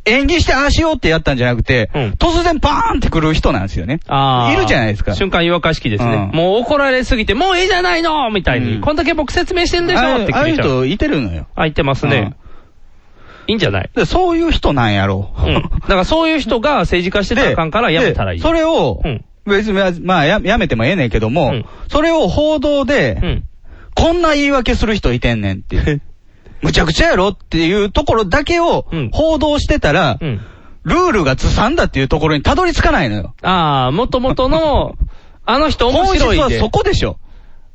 演技してああしようってやったんじゃなくて、
うん
突然バーンって来る人なんですよね。
あー
いるじゃないですか。
瞬間違和感式ですね。
うん
もう怒られすぎて、もういいじゃないのみたいに、
うん
こんだけ僕説明してんでし
あ
ょっ
あい
て
うああ
聞
い
いうちゃう。
人いてるのよ。
あ、言ってますね。いいんじゃない
で、そういう人なんやろ *laughs*
うん。だからそういう人が政治化してたらあかんからやめたらいい。
でそれを、
うん
別に、まあや、やめてもええねんけども、
うん
それを報道で、
うん。
こんな言い訳する人いてんねんっていう。むちゃくちゃやろっていうところだけを
うん
報道してたら、
うん。
ルールがずさんだっていうところにたどり着かないのよ。
ああ、もともとの、 *laughs* あの人面
本質
白い
は
で
そ。こでしょ。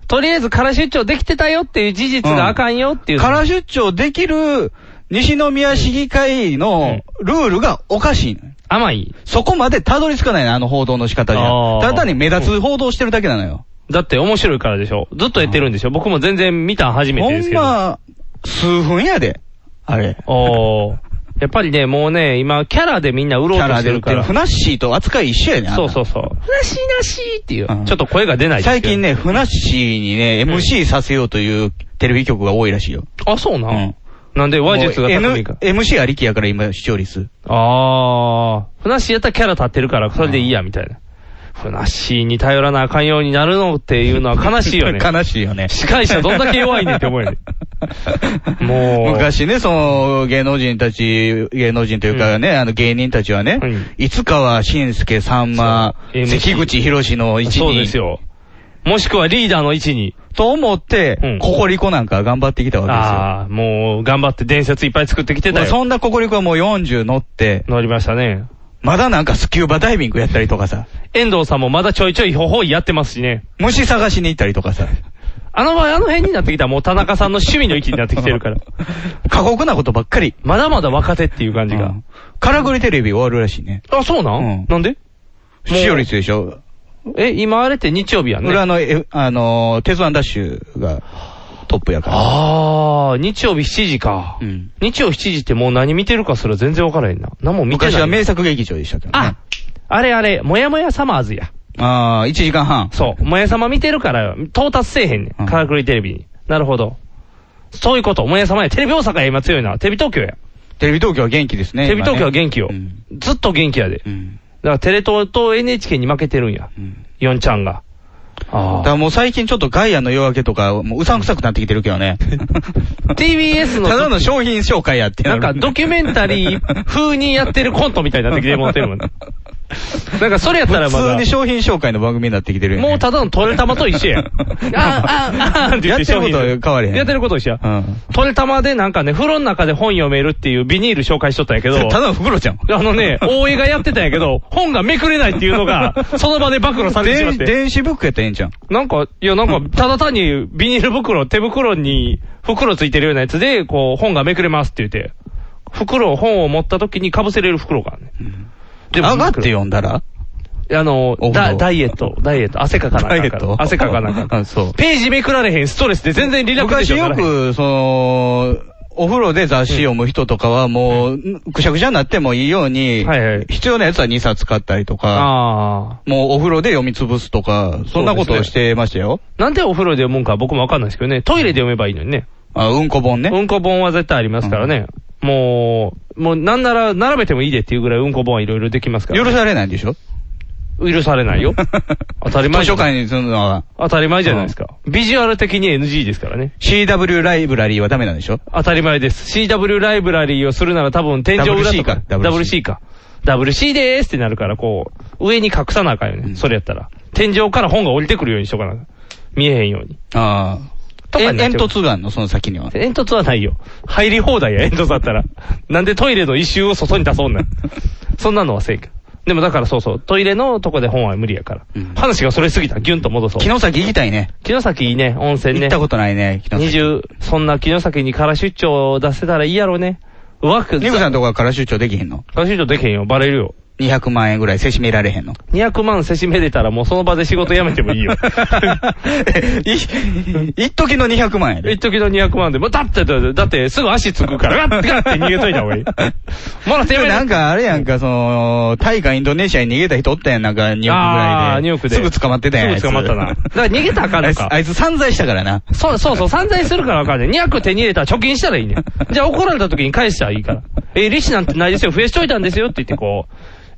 とりあえず空出張できてたよっていう事実があかんよっていう。
から出張できる西宮市議会のルールがおかしいのよ。
甘い。
そこまでたどり着かないの、あの報道の仕方じ
あ
ゃ
ー。
ただ単に目立つ報道してるだけなのよ。
だって面白いからでしょ。ずっとやってるんでしょ。僕も全然見たん初め
ほ
てで
ん
すけど。
ま、数分やで。あれ。
おー。やっぱりね、もうね、今、キャラでみんな売ろ
キ
う
ャ
と
ラ
して
で売
る
って
か
る。
ら。
ふなっしーと扱い一緒やね。あんな
そうそうそう。ふなしーなしーっていう。
うん
ちょっと声が出ないですけど
最近。ね、ふなっしーにね、
うん
MC させようというテレビ局が多いらしいよ。
あ、そうな。
うん
なんで、話術が
もう
高い
N
から。
MC ありきやから今視聴率。
あー。ふなっしーやったらキャラ立ってるから、それでいいや、みたいな。ふなっしーに頼らなあかんようになるのっていうのは悲しいよ
*laughs*
ね。
悲しいよね。
司会者どんだけ弱いねんって思
*laughs*
える。もう
昔ね、その、芸能人たち、芸能人というかね、あの芸人たちはね、
うん
いつかは、しんすけ、さんま
そう、MC
関口博士の一人
そうですよ。もしくはリーダーの位置に。
と思って、
うん
ココリコなんか頑張ってきたわけですよ。
ああ、もう頑張って伝説いっぱい作ってきてた
まあ
よ。
そんなココリコはもう40乗って、
乗りましたね。
まだなんかスキューバダイビングやったりとかさ、
遠藤さんもまだちょいちょいほほいやってますしね。
虫探しに行ったりとかさ、
あの場合、あの辺になってきたらもう田中さんの趣味の域になってきて
*laughs*
るから。
過酷なことばっかり。
まだまだ若手っていう感じ
う
が。
んからくりテレビ終わるらしいね。
あ、そうなん、
うん
なんでう
視聴率でしょ
え、今あれって日曜日やんね。
裏の、えあのー、鉄腕ダッシュがトップやから。
あー、日曜日7時か。
うん
日曜7時ってもう何見てるかすら全然わからへんな。何も見てない。
昔は名作劇場でしたけどね
あ。、あれあれ、もやもやサマーズや。
ああ、1時間半。
そう。もやさま見てるから、到達せえへんね
うん
ん。からくりテレビに。なるほど。そういうこと。もやさまや。テレビ大阪や今強いな。テレビ東京や。
テレビ東京は元気ですね。
テレビ東京は
今ね
元気よ。
うん
ずっと元気やで。だ
うん。
からテレ東と NHK に負けてるんや。
うん。
ヨンちゃんが。
だ
あ
か
あ。
らもう最近ちょっとガイアの夜明けとか、もううさんくさくなってきてるけど
*laughs*
ね。
TBS の
ただの商品紹介やって
なんかドキュメンタリー風にやってるコントみたいになってきてもってるもん。
*laughs*
なんかそれやったらま
普通
だ
に、商品紹介の番組になってきてるよね。
*laughs* もうただのトレタマと一緒や
*laughs*
ん。あーあー、あーって言って商品
やってることは変われへん
やってること一緒や。
うん。
トレタマでなんかね、風呂の中で本読めるっていうビニール紹介しとったんやけ
*laughs*
ど、
ただの袋ちゃん。
あ
*laughs*
のね、大江がやってたんやけど、本がめくれないっていうのが、その場で暴露されてしまっ
電
て。
電子ブックやったらええんちゃん。
なんか、いやなんか、ただ単にビニール袋、手袋に袋ついてるようなやつで、こう、本がめくれますって言って、袋、本を持った時に被せれる袋があるね。でも
上がって読んだら
あの
お、風
ダ
呂
ダイエット、ダイエット、汗かかなあかん
ダイエ
か
ット
ら。汗かかなあかんから。
あそう
ページめくられへん、ストレスで全然リラックス
昔
できな
よ
くならへん。
く、その、お風呂で雑誌読む人とかはもう、くしゃくしゃになってもいいように、
はいはい
必要なやつは2冊買ったりとか、
あ
もうお風呂で読み潰すとか、そんなことをしてましたよ。
あ。なんでお風呂で読むんか僕もわかんないですけどね。トイレで読めばいいのにね。
あ、うんこ本ね。
うんこ本は絶対ありますからね。もう、もうなんなら並べてもいいでっていうぐらいうんこ本はいろいろできますから、
許されないんでし
*laughs*
ょ。
許されない *laughs* よ当たり前
図
じ
書
ゃない。
館にするのは、
当たり前じゃないですか。ビジュアル的に NG ですからね。
CW ライブラリーはダメなんでしょ
当たり前です。CW ライブラリーをするなら多分天井裏と
WC か
か。
WC
WC か。WC でーすってなるから、こう、上に隠さなあかんよね。
うん
それやったら。天井から本が降りてくるようにしとかな。見えへんように。
ああ。
とかになっ
煙
ちゃ
突
う
があんのその先には。
煙突はないよ。入り放題や、煙突だったら。なんでトイレの一周を外に出そうなん。そんなのはせえけど。でもだからそうそう、トイレのとこで本は無理やから。
うん
話がそれすぎたらギュンと戻そう。
木崎行きたいね。
木の崎いいね、温泉
行
ね
っ。たことないね、木の崎。
20、そんな木の崎に空出張を出せたらいいやろね。うわく、
ニコさんのとこはから出張できへんの
空出張できへんよ、バレるよ。
200万円ぐらいせしめられへんの。
200万せしめれたらもうその場で仕事辞めてもいいよ。
*laughs* い、一時の200万円
一時の200万で、もうだって、だってだってすぐ足つくから、ガッてガッて逃げといた方がいい。もらってやめ
なんかあれやんか、その、タイかインドネシアに逃げた人おったやん、なんかニューヨークぐらいで。
あーニューヨークです
ぐ捕まってたやん。
すぐ捕まったな
あいつ
だから逃げたらあかんのか
あいつあいつ散財したからな。
そうそうそう、散財するからわかんねえ。200手に入れたら貯金したらいいねん。じゃあ怒られた時に返したらいいから。えー、利子なんてないですよ、増やしといたんですよって言ってこう。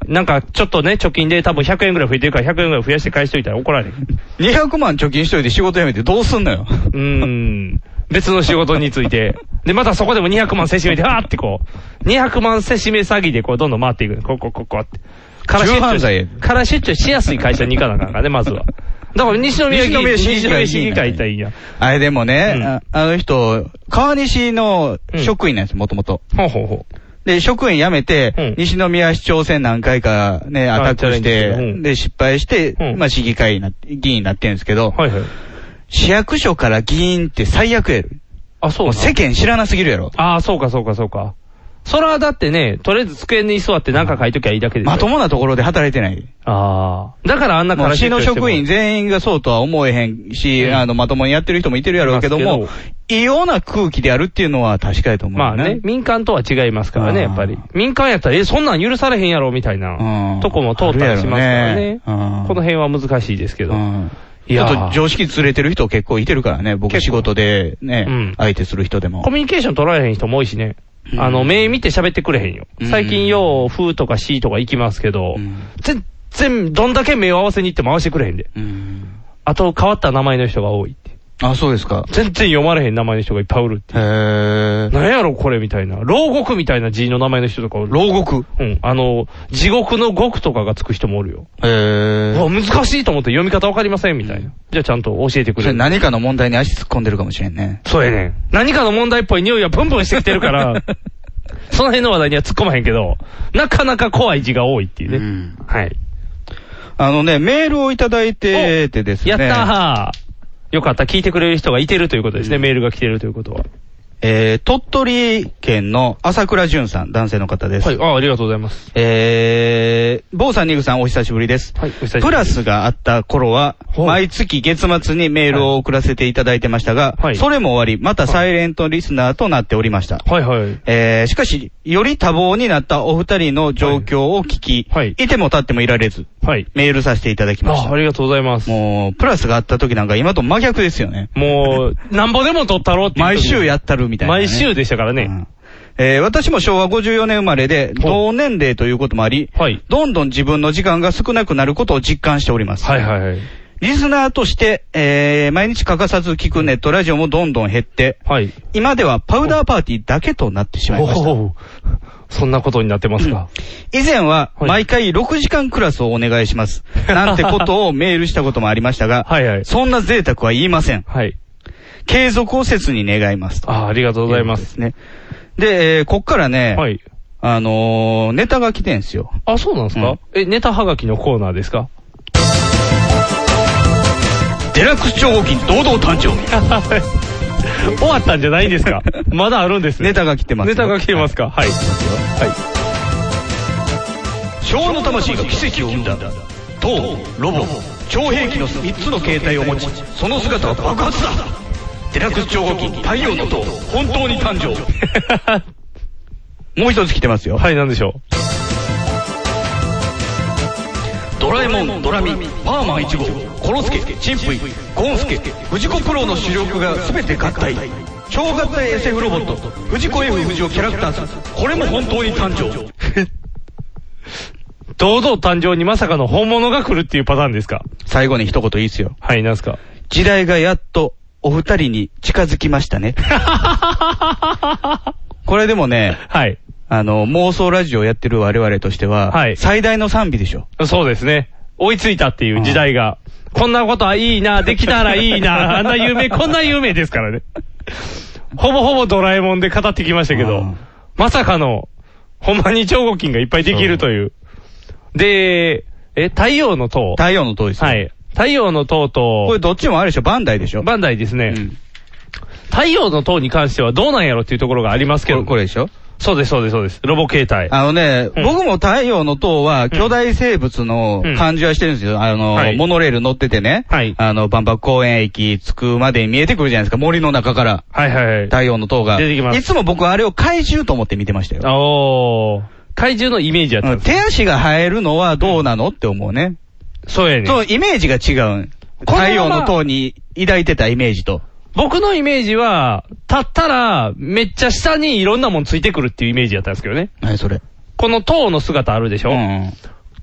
なんかちょっとね、貯金で多分100円ぐらい増えてるから100円ぐらい増やして返しといたら怒られる。
200万貯金しといて仕事辞めてどうすんの
*laughs*
よ。
うーん。別の仕事について。で、またそこでも200万せしめて、わーってこう、200万せしめ詐欺でこう、どんどん回っていく。こう、こう、こう、こうって。から出
重犯罪
張、から出張しやすい会社に行かなあかんからね、まずは。だから西宮
西宮市議会
西宮市議会行ったらいいやん。
あれでもね、
うん
ああの人、川西の職員なんです、もともと。
ほうほうほう。
で、職員辞めて、
うん
西宮市長選何回かね、アタックし
チ
て、
ャレンジしてうん
で、失敗して、
うん
まあ市議会になって、議員になってるんですけど、
はいはい。
市役所から議員って最悪やろ。
あ、そう
もう
なん
世間知らなすぎるやろ。
ああ、そうかそうかそうか。それはだってね、とりあえず机に座って何か書いときゃいいだけですよ
まともなところで働いてない。
ああ。だからあんな
も
か
う
ら
市の
出張しても
職員全員がそうとは思えへんし、
うん
あの、まともにやってる人もいてるやろうけど
い
も
ます、
異様な空気でやるっていうのは確かやと思う
ま
よ
あね、。民間とは違いますからね、
あー
やっぱり。民間やったら、え、そんなん許されへんやろ、みたいな
うん、
とこも通ったりしますか
あるや
らね。
ろねうん
この辺は難しいですけど。
うん
い
ちょ
や
っ
ー
と常識ずれてる人結構いてるからね、僕
結
仕
構
事でね、
うん
相手する人でも
コ。ミュニケーション取られへん人も多いしね。
うん
あの、目見て喋ってくれへんよ
うん。
最近よう、風とか C とか行きますけど
うん、
全然、どんだけ目を合わせに行っても合わせてくれへんで。
うん
あと、変わった名前の人が多いって。
あ、そうですか。
全然読まれへん名前の人がいっぱいおるって
へえ。
何やろこれみたいな。牢獄みたいな字の名前の人とかおる。
牢獄。
うん。あの、地獄の獄とかがつく人もおるよ。
へえ
う。わ難しいと思って読み方わかりませんみたいな。じゃあちゃんと教えてく
そ
れ
れ
る。
何かの問題に足突っ込んでるかもしれんね。
そうやねん。何かの問題っぽい匂いはプンプンしてきて
*laughs*
るから、その辺の話題には突っ込まへんけど、なかなか怖い字が多いっていうね。
うん
はい。
あのね、メールをいただいててですね。
やったーよかった。聞いてくれる人がいてるということですね。メールが来てるということは。
えー、鳥取県の朝倉淳さん、男性の方です。
はい。ああ、りがとうございます。
えー、坊さん、ニグさん、お久しぶりです。
はいお久しぶりです
プラスがあった頃は、
ほう
毎月月末にメールを送らせていただいてましたが、
はい
それも終わり、またサイレントリスナーとなっておりました。
はいはい。
えー、しかし、より多忙になったお二人の状況を聞き、
はい
い
はい
ても立ってもいられず、
はい。
メールさせていただきまし
あ、
た
あ。りがとうございます。も
もう、プラスがあった時なんか今と真逆ですよね。
う、なんぼでも撮ったろうっていう時
毎週やったるみたいなね、
毎週でしたから
う
ね。
んえー私も昭和54年生まれで、
ほ
同年齢ということもあり、
はい。
どんどん自分の時間が少なくなることを実感しております。
はいはいはい。
リスナーとして、えー毎日欠かさず聞くネットラジオもどんどん減って、
はい。
今ではパウダーパーティーだけとなってしまいました。
おおそんなことになってますか。
以前は、
はい
毎回6時間クラスをお願いします。なんてことをメールしたこともありましたが、
*laughs* はいはい。
そんな贅沢は言いません。
はい。
継続を切に願います。と
ああ、ありがとうございます。
ね。で、えーこっからね、
はい。
あのーネタが来てんすよ。
あ、そうなんですか、
うん
え、ネタはがきのコーナーです *laughs* か
デラックス超合金堂々誕生
終わったんじゃないんですかまだあるんです。
ネタが来てます。
ネタが来てますかはい。はい。
昭和の魂が奇跡を生んだ。糖、ロボ、超兵器の3つの形態を持ち、その姿は爆発だデラックス超合金太陽の塔、本当に誕生もう一つ来てますよ。
*laughs* はい、なんでしょ
ドラえもん、ドラミ、パーマン1号、コロスケ、チンプイ、ゴンスケ、藤子プロの主力が全て合体。超合体 SF ロボット、藤子 F 不二雄キャラクターズ、これも本当に誕生。
う。堂々誕生にまさかの本物が来るっていうパターンですか
最後に一言いいっすよ。
はい、なんですか
時代がやっとお二人に近づきました
*laughs*
ね。これでもね、
はい。
あの、妄想ラジオやってる我々としては、
はい
最大の賛美でしょ。
そうですね。追いついたっていう時代が。こんなことはいいな、できたらいい *laughs* な、あんな有名、こんな有名ですからね。ほぼほぼドラえもんで語ってきましたけ
う
ど
ん、
まさかの、ほんまに超合金がいっぱいできるという。で、え、太陽の塔。
太陽の塔ですよ。
はい。太陽の塔
ことれ、どっちもあるでしょバンダイでしょ
バンダイです
う
ね。
ん
太陽の塔に関してはどうなんやろっていうところがあります
こ
け
れ
ど。
これでしょ
そうです、そうです、そうです。ロボ携帯。
あのね、
うん
僕も太陽の塔は巨大生物の感じはしてるんですよ。あの、
はい
モノレール乗っててね、
はい
あの、万博公園駅着くまでに見えてくるじゃないですか。森の中から
はいはいはい。
太陽の塔が。
出てきます
いつも僕はあれを怪獣と思って見てましたよ。
おー。怪獣のイメージやった
うんん
です。
手足が生えるのはどうなのって思うね。
そうやねん。
そう、イメージが違うん。
これは
太陽の塔に抱いてたイメージと。
僕のイメージは、立ったら、めっちゃ下にいろんなもんついてくるっていうイメージだったんですけどね。
何それ。
この塔の姿あるでし
う
ょ、
ん。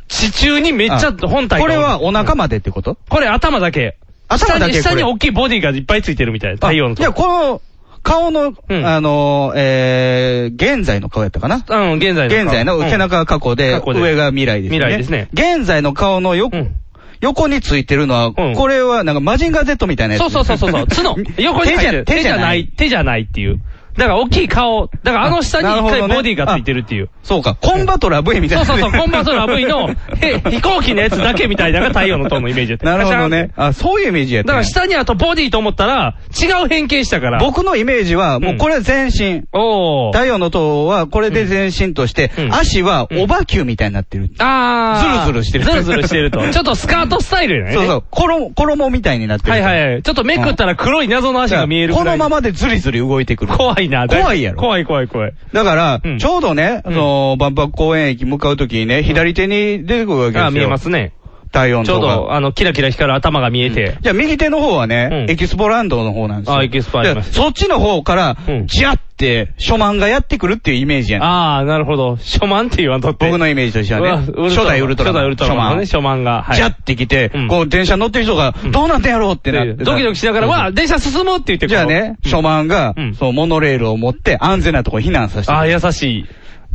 地中にめっちゃ本体が
これはお腹までってこと
これ頭だけ。
頭だけ
下に、下
これ
に大きいボディがいっぱいついてるみたいな。太陽の
あいや、
塔。
この、顔の、
うん
あのー、えー、現在の顔やったかな
うん、現在の顔。
現在の
うん
背中が過去で、
過去で
上が未来ですね。
未来ですね
現在の顔のよ、
うん
横についてるのは、
ん
これはなんかマジンガー Z みたいなやつ。。
そうそうそうそうそう。角
*laughs*
横に入ってる。
手
手
じ
じ
ゃ
ゃ
な
ないい。。手じゃないっていう。だから大きい顔。だからあの下に
あなる
一
ほど
回
ね
ボディがついてるっていう。
そうか、コンバトラ V みたい
そう
な。
そうそう、コンバートラ V
*laughs*
の、へ飛行機のやつだけみたいなのが太陽の塔のイメージだった。
なるほどね。あ、そういうイメージやっ
だ
た
か
ね、
ら下にあとボディと思ったら、違う変形したから。
僕のイメージは、もうこれは全身。
おー。
太陽の塔はこれで全身として、
うん
足はオバキューみたいになってる。
あー。
ズルズルしてる
ズルズルし
*laughs*
てると。ちょっとスカートスタイルよね。
そうそう。衣、衣みたいになってる。
はいはいはい。ちょっとめくったら黒い謎の足が見える
このま
ま。
までズリズリ動いてくる。
怖い
*laughs*
な、
怖いやろ
怖い怖い怖い。
だから、
うん
ちょうどね、
うん
その、万博公園駅向かうときにね、左手に出てくるわけですよ。
あー、見えますね。
体温
ち
と
ょうど、
か。
あの、キラキラ光る頭が見えて。
じゃあ右手の方はね、
うん
エキスポランドの方なんですよ。
あエキスポあります
じゃあそっちの方から
うん、
ジャって、初漫がやってくるっていうイメージやん。
ああ、なるほど。初マンって言わんとって。
僕のイメージとしてはね。
うわ
初代ウルトラ
初
マ
代
ン。
ウルトラマンのね、
初
初マンが。
マン。ジャって来て
うん、
こう電車乗ってる人が
うん、
どうなってんやろうってなっ
で
て。
ドキドキしながら、
そう
わあ、電車進もうって言って
じゃあね、
うん
初マンが
うん、
そう、モノレールを持って、安全なとこ避難させて。
ああ、優しい。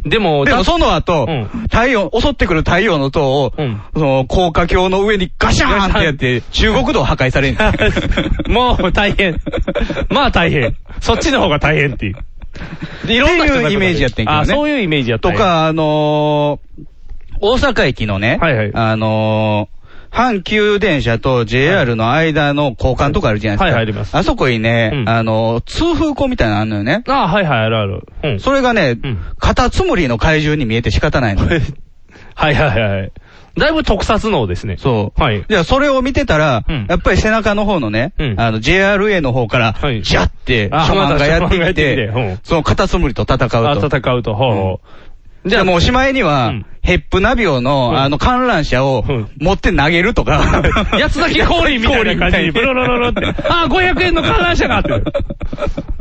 でも、
でも
ちゃん
その後
うん、
太陽、襲ってくる太陽の塔を
うん、 *laughs*
その、高架橋の上にガシャーンってやって、中国道破壊されるんです
*laughs* もう大変。まあ大変。そっちの方が大変っていう。でいろんな人
っていうイメージやってんけどね
あ、そういうイメージやったん
と
や。
か、あのー、大阪駅のね、
はいはい
あのー、阪急電車と JR の間の交換とかあるじゃないですか。
はいはいあります
あそこにね、
うん
あのー、通風口みたいなのあるのよね。
ああ、はいはい、あるある。うん。
それがね、
うん
カタツムリの怪獣に見えて仕方
*laughs*
ないの。
はいはいはい。だいぶ特撮能ですね。
そう。
はい
じゃあ、それを見てたら、
うん
やっぱり背中の方のね、
うん
あの、JRA の方から、
はい
ジャって、
あ
ショマンがやってきて
またショマンがやってきてうん、
そのカタツムリと戦う
あ
と。
戦うと、ほうほう。
じゃあもうおし
い。
まいには、
うん
ヘップナビオの、
うん
あの観覧車を *laughs*
うん
持って投げると
*laughs*
か、
八つ咲き氷みたいな感じ
*laughs*
に、ブ *laughs* ロロロロって。ああ、500円の観覧車がって。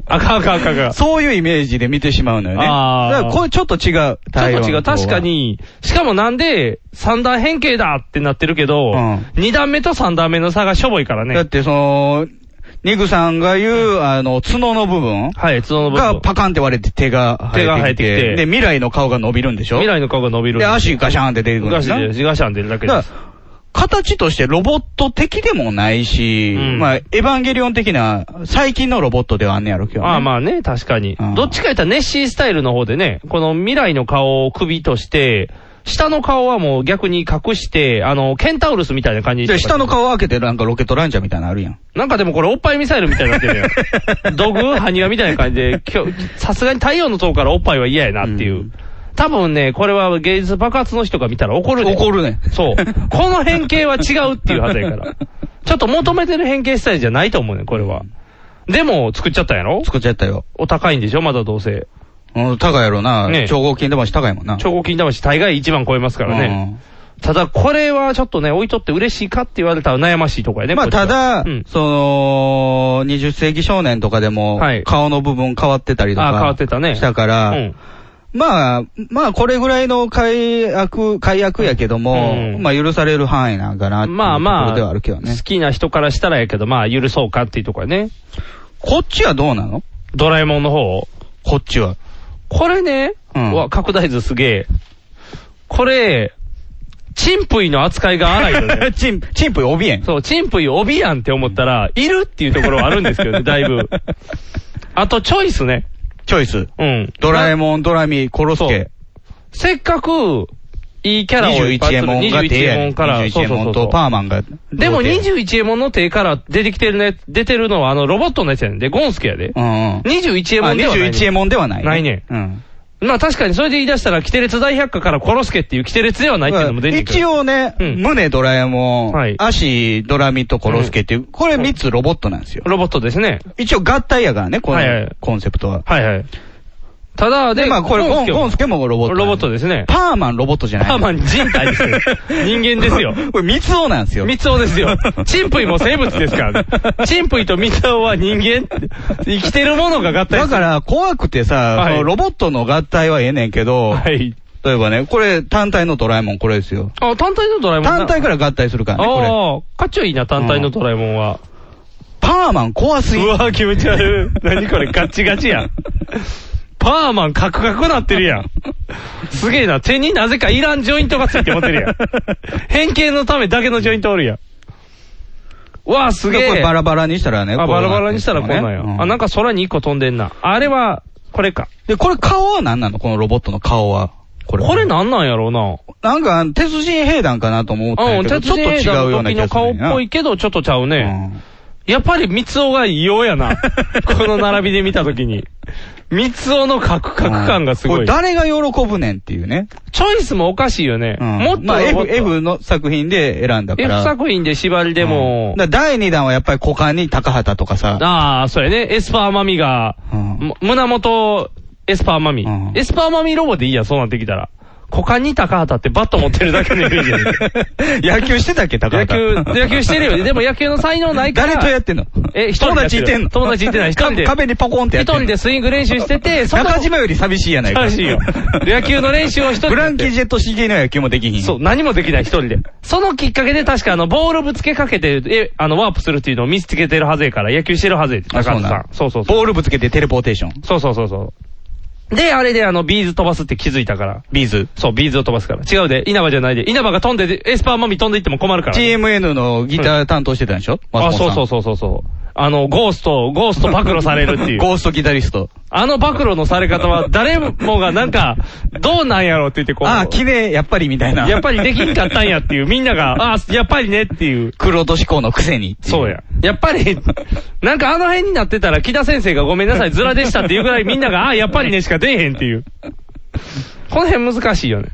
あかんあかんあかんあかん。
そういうイメージで見てしまうのよね。
あー
だからこれちょっと違う。
ちょっと
台
違
湾
う。確か。に、しかもなんで、三段変形だってなってるけど、
うん
二段目と三段目の差がしょぼいから
だっ
ね。
てその、ニグさんが言う、あの、角の部分
はい、角の部
が
分。
パカンって割れて手が生えてきて。
手が生えてきて
で、未来の顔が伸びるんでしょ
未来の顔が伸びる。
で、足ガシャーンって出てくるんで
ガ
す
シ
よ。
で、ガシャン出るだけで
だ
す
か。ら形としてロボット的でもないし、
うん
まあ、エヴァンゲリオン的な、最近のロボットではあんねやろ、今日、ね。
ああまあね、確かに
うん。
どっちか言ったらネッシースタイルの方でね、この未来の顔を首として、下の顔はもう逆に隠して、あの、ケンタウルスみたいな感じに
で、下の。顔を開けてなんかロケットランチャーみたいなのあるやん。
なんかでもこれおっぱいミサイルみたいになってる
*laughs*
やん。道具埴輪みたいな感じで、きょさすがに太陽の塔からおっぱいは嫌やなっていう。
うん
多分ね、これは芸術爆発の人が見たら怒るで
怒るね。
そう。この変形は違うっていうはず
*laughs*
やから。ちょっと求めてる変形スタイルじゃないと思うねん、これは。でも、作っちゃったんやろ
作っちゃったよ。
お高いんでしょまだどうせ。
うん、高いやろな。
ねえ
超合金でもし高いもんな。
*laughs* 超合金魂大概1万超えますからね。ただ、これはちょっとね、置いとって嬉しいかって言われたら悩ましいとこや
う
ね。
ん。まあ、
こっち
た
は
だ、
うん
その、20世紀少年とかでも
はい、
顔の部分変わってたりとか、
あ変わってたね
したから、
うん。
まあ、まあ、これぐらいの解約、解約やけども、
うん
まあ、許される範囲なんかなっていうと
まあま
ころ
あ、
ではあるけどね。
好きな人からしたらやけど、まあ許そうかっていうとこやね。
こっちはどうなの
ドラえもんの方。
こっちは。
これね、
うん。
うわ、拡大図すげえ。これ、チンプイの扱いが荒いよ
*laughs*
ね
チン、チンプおびえん。
そう、チンプイオビやんって思ったら、いるっていうところはあるんですけどね、だ
*laughs*
いぶ。あと、チョイスね。
チョイス。
うん。
ドラえ
ん。
もん、ドラミ、コロスケ。
せっかく、いいキャラをいっぱ
21
い
エ
作る
モンが
21
出
エ
や
モンから、
21エモンとパーマンが。
でも
出や
21エモンの手から出てきてるね、出てるのはあのロボットのやつやねんで、ゴンスケやで。
うんうん。
21エモンではない、
あ21エモンではない、
ないね
うん。
まあ確かにそれで言い出したら、キテレツ大百科からコロスケっていうキテレツではないっていうのも出てくる。
一応ね、
うん
胸ドラえもん、
はい
足ドラミとコロスケっていう、これ3つロボットなんですよ。
ロボットですね。
一応合体やからね、こ
はいは
の
い
コンセプトは。
はいはい。ただ、で、
で、まあこれゴン、ゴンス
ケ
ケもロボット。
もロボットですね。
パーマンロボットじゃない。
パーマン人体です
*laughs*
よ。人間ですよ。
これ三つ男なんですよ。
三つおですよ。チンプイも生物ですから
*laughs*
ね。チンプイと三つおは人間って、生きてるものが合体
だ
する。
から怖くてさ、
はい
そのロボットの合体はええねんけど、
はい。
例えばね、これ単体のドラえもんこれですよ。
あ、単体のドラえもんな
単体から合体するからね、これ。
ああ、かっちょいいな、単体のドラえもんは。
パーマン怖すぎ
う。わ、気持ち悪
*laughs*
い。何これ、ガッチガチやん。パーマンカクカクなってるやん。すげえな、手になぜかいらんジョイントがついて持ってるや
*laughs*
ん。変形のためだけのジョイントおるやん。うわあ、すげえ。
これバラバラにしたらね。
あ、
こうなっ
バ
て
ラバラにしたらこんなんや。
ねう
あ、なんか空に一個飛んでんな。あれは、これか。
で、これ顔は何なのこのロボットの顔は。これ。
これなんなんやろうな。
なんか、あの鉄人兵団かなと思ったん
う
や
ん、
けど、
鉄
ちょっと
人
違
映画
うよう
の
な
時
気がす
の
る
顔っ
んやな。
ぽいけど、ちょっとちゃう
う
ね。
ん
やっぱり三つおが異様やな。この並びで見た
*laughs*
時に。三つおのカクカク感がす
こ
ご
れ
い。
誰が喜ぶねんっていうね。
チョイスもおかしいよね。
うん
もっと
まあ、
ロボ
F、
ット
F の作品で選んだから。
F 作品で縛りでも
うん、だから第2弾はやっぱり股間に高畑とかさ。
ああ、そうやね。エスパーマミが、
うん *laughs*
む胸元エスパーマミ
うん。
エスパーマミロボでいいや、そうなってきたら。股間に高畑ってバット持ってるだけのイメージやね
野
ん
球してたっけ、 *laughs* 高
野
畑
球、野球してるよね。でも野球の才能ないから。
*laughs* 誰とやってんの
え、一
友
人でや
達いてんの
友達いてない。一人で。
か壁にポコンってや
一
ってんの
人でスイング練習してて、その
中島より寂しいやないか。
らし
*laughs*
いよ。野球の練習を一人でやって。
ブランキー・ジェット・シゲの野球もできひん。
そう、何もできない、一人で。そのきっかけで確かあの、ボールぶつけかけて、え、あの、ワープするっていうのを見つけてるはずやから、野球してるはずやって、
あ
高
そう
橋さ
なん
ん。そうそうそう。
ボールぶつけてテレポーテーション。
そうそうそうそう。で、あれであの、ビーズ飛ばすって気づいたから。
ビーズ。
そう、ビーズを飛ばすから。違うで、稲葉じゃないで。稲葉が飛んで、エスパーマミ飛んでいっても困るから。
TMN のギター担当してたんでしょ
あ、そうそう
う。
そうそうそう。あの、ゴースト、ゴースト暴露されるってい
*laughs*
う。
ゴーストギタリスト。
あの暴露のされ方は、 *laughs* 誰もがなんか、どうなんやろうって言って、こう。
ああ、綺麗、やっぱりみたいな。
やっぱりできんかったんやっていう、みんなが、ああ、やっぱりねっていう。
*laughs* 黒と志向のくせに。
そうや。。やっぱり、なんかあの辺になってたら、木田先生がごめんなさい、ズラでしたっていうぐらいみんな
*laughs*
が、ああ、やっぱりねしか出えへんっていう。この辺難しいよね。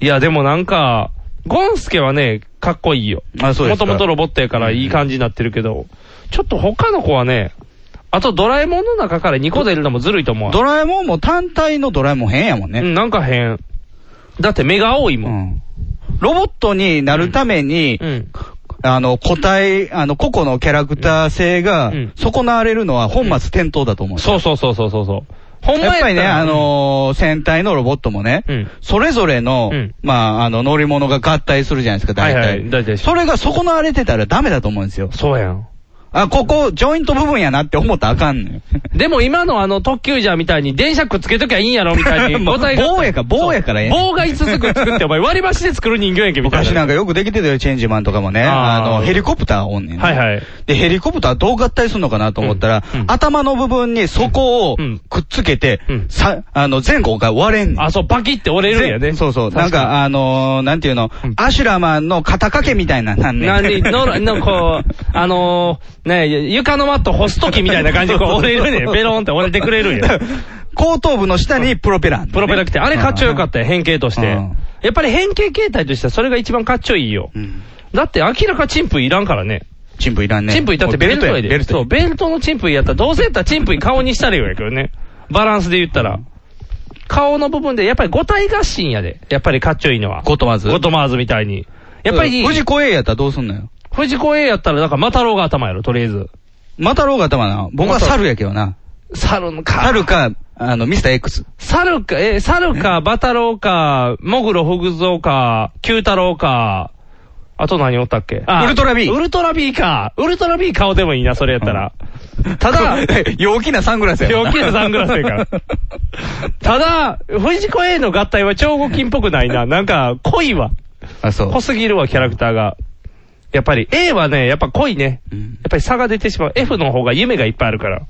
いや、でもなんか、ゴンスケはね、かっこいいよ。
あそうですか
もともとロボットやからいい感じになってるけど、ちょっと他の子はね、あとドラえもんの中から2個出るのもずるいと思う。
ドラえもんも単体のドラえもん変やもん
う
ね。
ん、なんか変。だって目が青いうもん。
ん。ロボットになるために
う、ん。
あの、個体、あの、個々のキャラクター性が
うん
損なわれるのは本末転倒だと思う。
そうそうそうそうそうそう。ほんま
やっ
った
ぱ
ら
りね、あ、のー戦隊のロボットもね、
うん
それぞれの、
うん
まあ、あの、乗り物が合体するじゃないですか、大体。
はいはい大体
それが損なわれてたらダメだと思うんですよ。
そうやん。
あ、ここ、ジョイント部分やなって思ったらあかんねん。
でも今のあの特急じゃみたいに電車くっつけときゃいいんやろみた
*laughs*
いに。
もう
五体が
棒やから棒やからええねん
そう棒が5つく作って、お前割り箸で作る人形やんけみたいな。
昔なん
か。
かよくできてたよ、チェンジマンとかもね。あ
あー
の、ヘリコプターおんねん。
はいはい。
で、ヘリコプターどう合体するのかなと思ったら、
うんうん
頭の部分にそこを
うん
くっつけて、
うん
さ、あの、前後が割れんねん。
あ、そう、バキって折れるんや
ぜ
ね。
そうそう。なん
確に、
か、あのー、なんていうの、
うん
アシュラマンの肩掛けみたいな、なんねん
何、の、の、こう、あのー、ね、床のマット干すときみたいな感じでこう折れるねん。ベローンって折れてくれるん
*laughs*
や。
*laughs* 後頭部の下にプロペラあんねんね、
プロペラ来て。あれかっちょよかったよ、変形として。
うん
やっぱり変形形態としてはそれが一番かっちょいいよ
う。ん。
だって明らかチンプいらんからね。
チンプいらんね。
チンプイだっ
も
て
う
ベルトやで。
ベルト
そ
や
う、ベルトのチンプイやったら、どうせやったらチンプイ顔にしたらよやけどね。バランスで言ったら。顔の部分で、やっぱり五体合心やで。やっぱりかっちょいいのは。
ゴトマズ
ゴトマーズみたいに。やっぱり、
藤子 A やったらどうすんのよ。
藤子 A やったら、だから、マタロウが頭やろ、とりあえず。
マタロウが頭な。僕は猿やけどな。
猿のか。
猿か、あの、ミスター X。
猿か、え、猿か、バタロウか、モグロフグゾウか、九太郎か、あと何おったっけあ
ウルトラ B
ウルトラ B か。ウルトラ B 顔でもいいな、それやったら。た *laughs* だ、
*laughs* 陽気なサングラスやもん
陽気なサングラスやから。ただ、藤子 A の合体は超合金っぽくな
*laughs*
いな。なんか、濃いわ。
*laughs* あ、そう。
濃すぎるわ、キャラクターが。やっぱり A はね、やっぱ濃いね。
う
や
ん
っぱり差が出てしまう。F の方が夢がいっぱいあるから。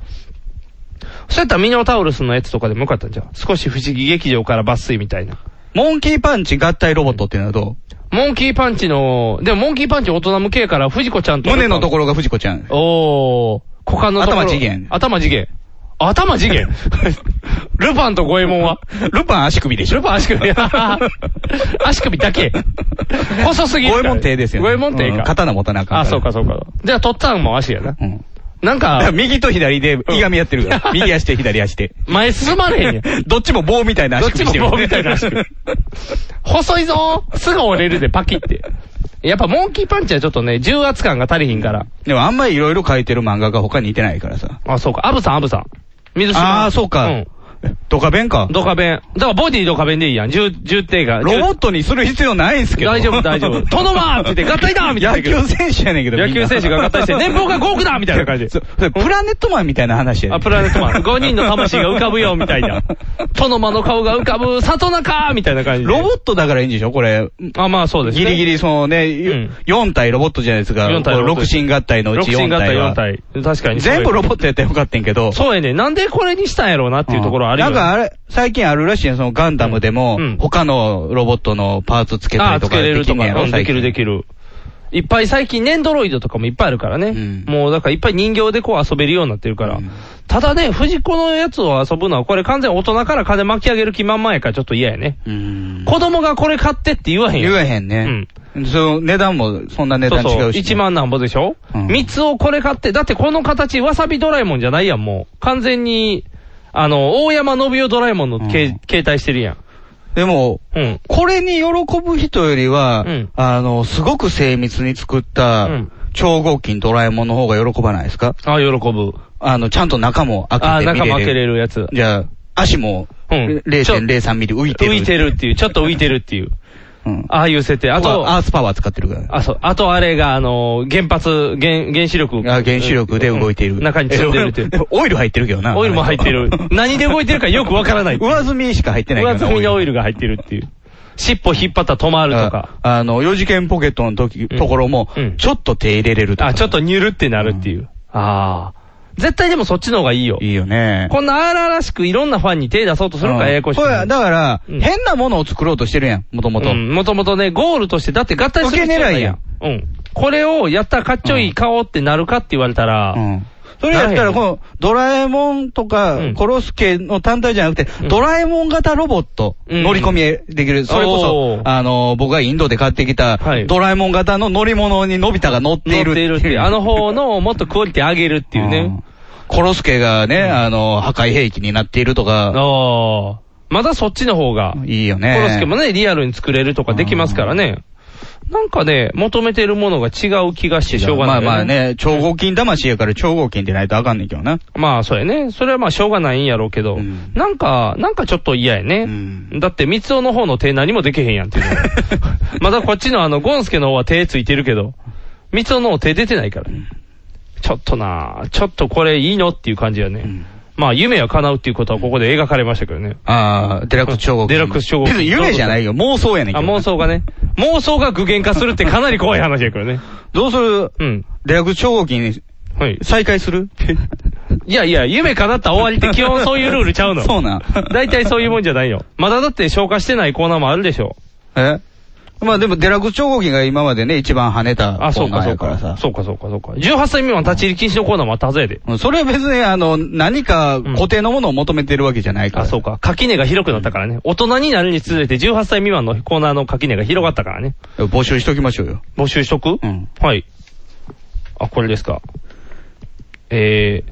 そうやったらミノタウルスのやつとかでもよかったんじゃん。少し不思議劇場から抜粋みたいな。
モンキーパンチ合体ロボットっていうのはど
モンキーパンチの、でもモンキーパンチ大人向けやから、藤子ちゃん
う
と。
胸のところが藤子ちゃん。
おー。股間のところ
頭次元
頭次元。頭
*laughs*
次元ルパンと五右衛門は
ルパン足首でしょ
ルパン足首。足首だけ。 *laughs* 細すぎる
五
から。
右衛門亭ですよね。
五右衛
う
門亭
ん
か。
刀持たなあかんら。
あ、そうかそうか。じゃあ、とっつぁんも足やな。
うん。
なん
だから
か、
右と左で、いがみやってる
*laughs*
から。右足で左足で。
前進まれへんやん。
どっちも棒みたいな
どっ
足
ち
首
も
してる。
棒みたいな足首。細いぞーすぐ折れるで、パキって。やっぱ、モンキーパンチはちょっとね、重圧感が足りひんから。
*laughs* でもあんまりいろいろ書いてる漫画が他にいてないからさ。
あ、そうか。アブさん、アブさん。水島。
ああ、そうか。
うん。
ドカベンか。
ドカベン。だから、ボディドカベンでいいやん。重、重低が。
ロボッ
ト
トにする必要ないんすけど。
大丈夫、大
*laughs*
丈夫。殿はって言って、合体だみたいな
野。球選手やねんけど。
野球選手が
*laughs*
合体して、年俸が5億だみたいな感じ。
そうそれプラネットマンみたいな話やねん
あ、プラネット
*laughs*
マン。5人の魂が浮かぶよ、みたいな。殿間の顔が浮かぶ、里中みたいな感じで。
ロボットだからいいんでしょこれ。
あ、まあそうですね。
ギリギリ、そのね、
ん
4体ロボットじゃないですか。
四体ロボット
6神合体のう
六
ち
神
4
合体
体
4
は。
体。確かに。
全部ロボットやったらよかったんやけど。
そうやね。なんでこれにしたんやろうなっていうところあるよ、
なんかあれ、最近あるらしいねそのガンダムでも
うんうん、
他のロボットのパーツつけた
あ
り
ー、
と
つ
か
けれ
で
る
き
と
んねや
か。
ろ
うんできるできる。いっぱい最近、ネンドロイドとかもいっぱいあるからね。
うん
もうだからいっぱい人形でこう遊べるようになってるから。
うん
ただね、藤子のやつを遊ぶのは、これ完全大人から金巻き上げる気満々やからちょっと嫌やね。
うん
子供がこれ買ってって言わへんやん
言えへんね。その値段も、そんな値段違うしね。
そうそう。1万なんぼでしょ、
う
うん三つをこれ買って、だってこの形、わさびドラえもんじゃないやん、もう。完全に、あの、大山信代ドラえもんのけ、
うん
携帯してるやん。
でも、
うん。
これに喜ぶ人よりは、
うん
あの、すごく精密に作った
うん、
超合金ドラえもんの方が喜ばないですか
あ、喜ぶ。
あの、ちゃんと中も開
あ、
けて見れ
中
る。
も開けれるやつ。
じゃあ、足も、
うん
0.03ミリ浮いてる。
浮いてるっていう、ちょっと浮いてるっていう。
うん。
ああいう設定。あ
あと、
と、
アースパワー使ってるから。
あ、そう。あとあれが、あのー、原発、原、原子力。
あ原子力で動いている。
うん中に積んで
*laughs*
るっていう
え。オイル入ってるけど *laughs* な。。
オイルも入ってる何で動いてるかよくわからない。
上積みしか入ってないけど
上
な
積みのオイルが入ってるっていう。尻尾引っ張ったら止まるとか。
ああの、四次元ポケットの時、
うん
ところも
うん、
ちょっと手入れれるとか。
あ、ちょっとニュルってなるっていう。ああ。絶対でもそっちの方がいいよ。
いいよね。
こんな荒々しくいろんなファンに手出そうとするからややこしい。
うんそうやだから、
うん
変なものを作ろうとしてるやん、もともと。
うん、もともとね、ゴールとして、だって合体する
受け狙いやん
必要ないやん。うん。これをやったらかっちょいい顔ってなるかって言われたら、
うんそれやった
ならへ
ら、
ん
この、ドラえもんとか
うん、
コロスケの単体じゃなくて
う、ん
ドラえもん型ロボット、
うん
乗り込みできる。それこ
お
そ
ー、
あの、僕がインドで買ってきた
はい、
ドラえもん型の乗り物にのび太が乗って
乗
い
っ
る。
ているっていう、あの方のもっとクオリティ上げるっていう
う
ね
ん。。コロスケがね、あの、破壊兵器になっているとか、
ああ。まだそっちの方が、
いいよね。
コロスケもね、リアルに作れるとかできますからね。なんかね、求めてるものが違う気がしてしょうがない、
まあまあ。ね、超合金魂やから超合金でないとあかんねんけどな。
まあ、そうやね。それはまあ、しょうがないんやろうけど、
うん
なんか、なんかちょっと嫌やね。
うん
だって、三つの方の手何もできへんやんっていうの
*laughs*
が。まだこっちのあの、ゴンスケの方は手ついてるけど、三つの方手出てないからね。ちょっとなぁ、ちょっとこれいいのっていう感じやね。
うん
まあ、夢は叶うっていうことはここで描かれましたけどね。
ああ、デラックス超合金。
デラックス超合金
別に夢じゃないよ、妄想やねん
あ、
けど。
妄想がね。妄想が具現化するってかなり怖い話やけどね。
どうする
うん。
デラックス超合金
はい。
再開す
*laughs*
る
いやいや、夢叶ったら終わりって基本そういうルールちゃうの。
*laughs* そうなん。
大体そういうもんじゃないよ。まだだって消化してないコーナーもあるでしょ。
*laughs* えまあでも、デラックス超合金が今までね、一番跳ねた
あ、
コ
そ
ー
うか
ナー
そう
やから
か。
さ。
そうかそうかそうか。18歳未満立ち入り禁止のコーナーもあったはずやで。
うんそれは別に、あの、何か固定のものを求めてるわけじゃないから。
あ、そう
か。
か。垣根が広くなったからね。大人になるにつれて18歳未満のコーナーの垣根が広がったからね。
募集しときましょうよ。
募集しとく
うん。
はい。あ、これですか。えー。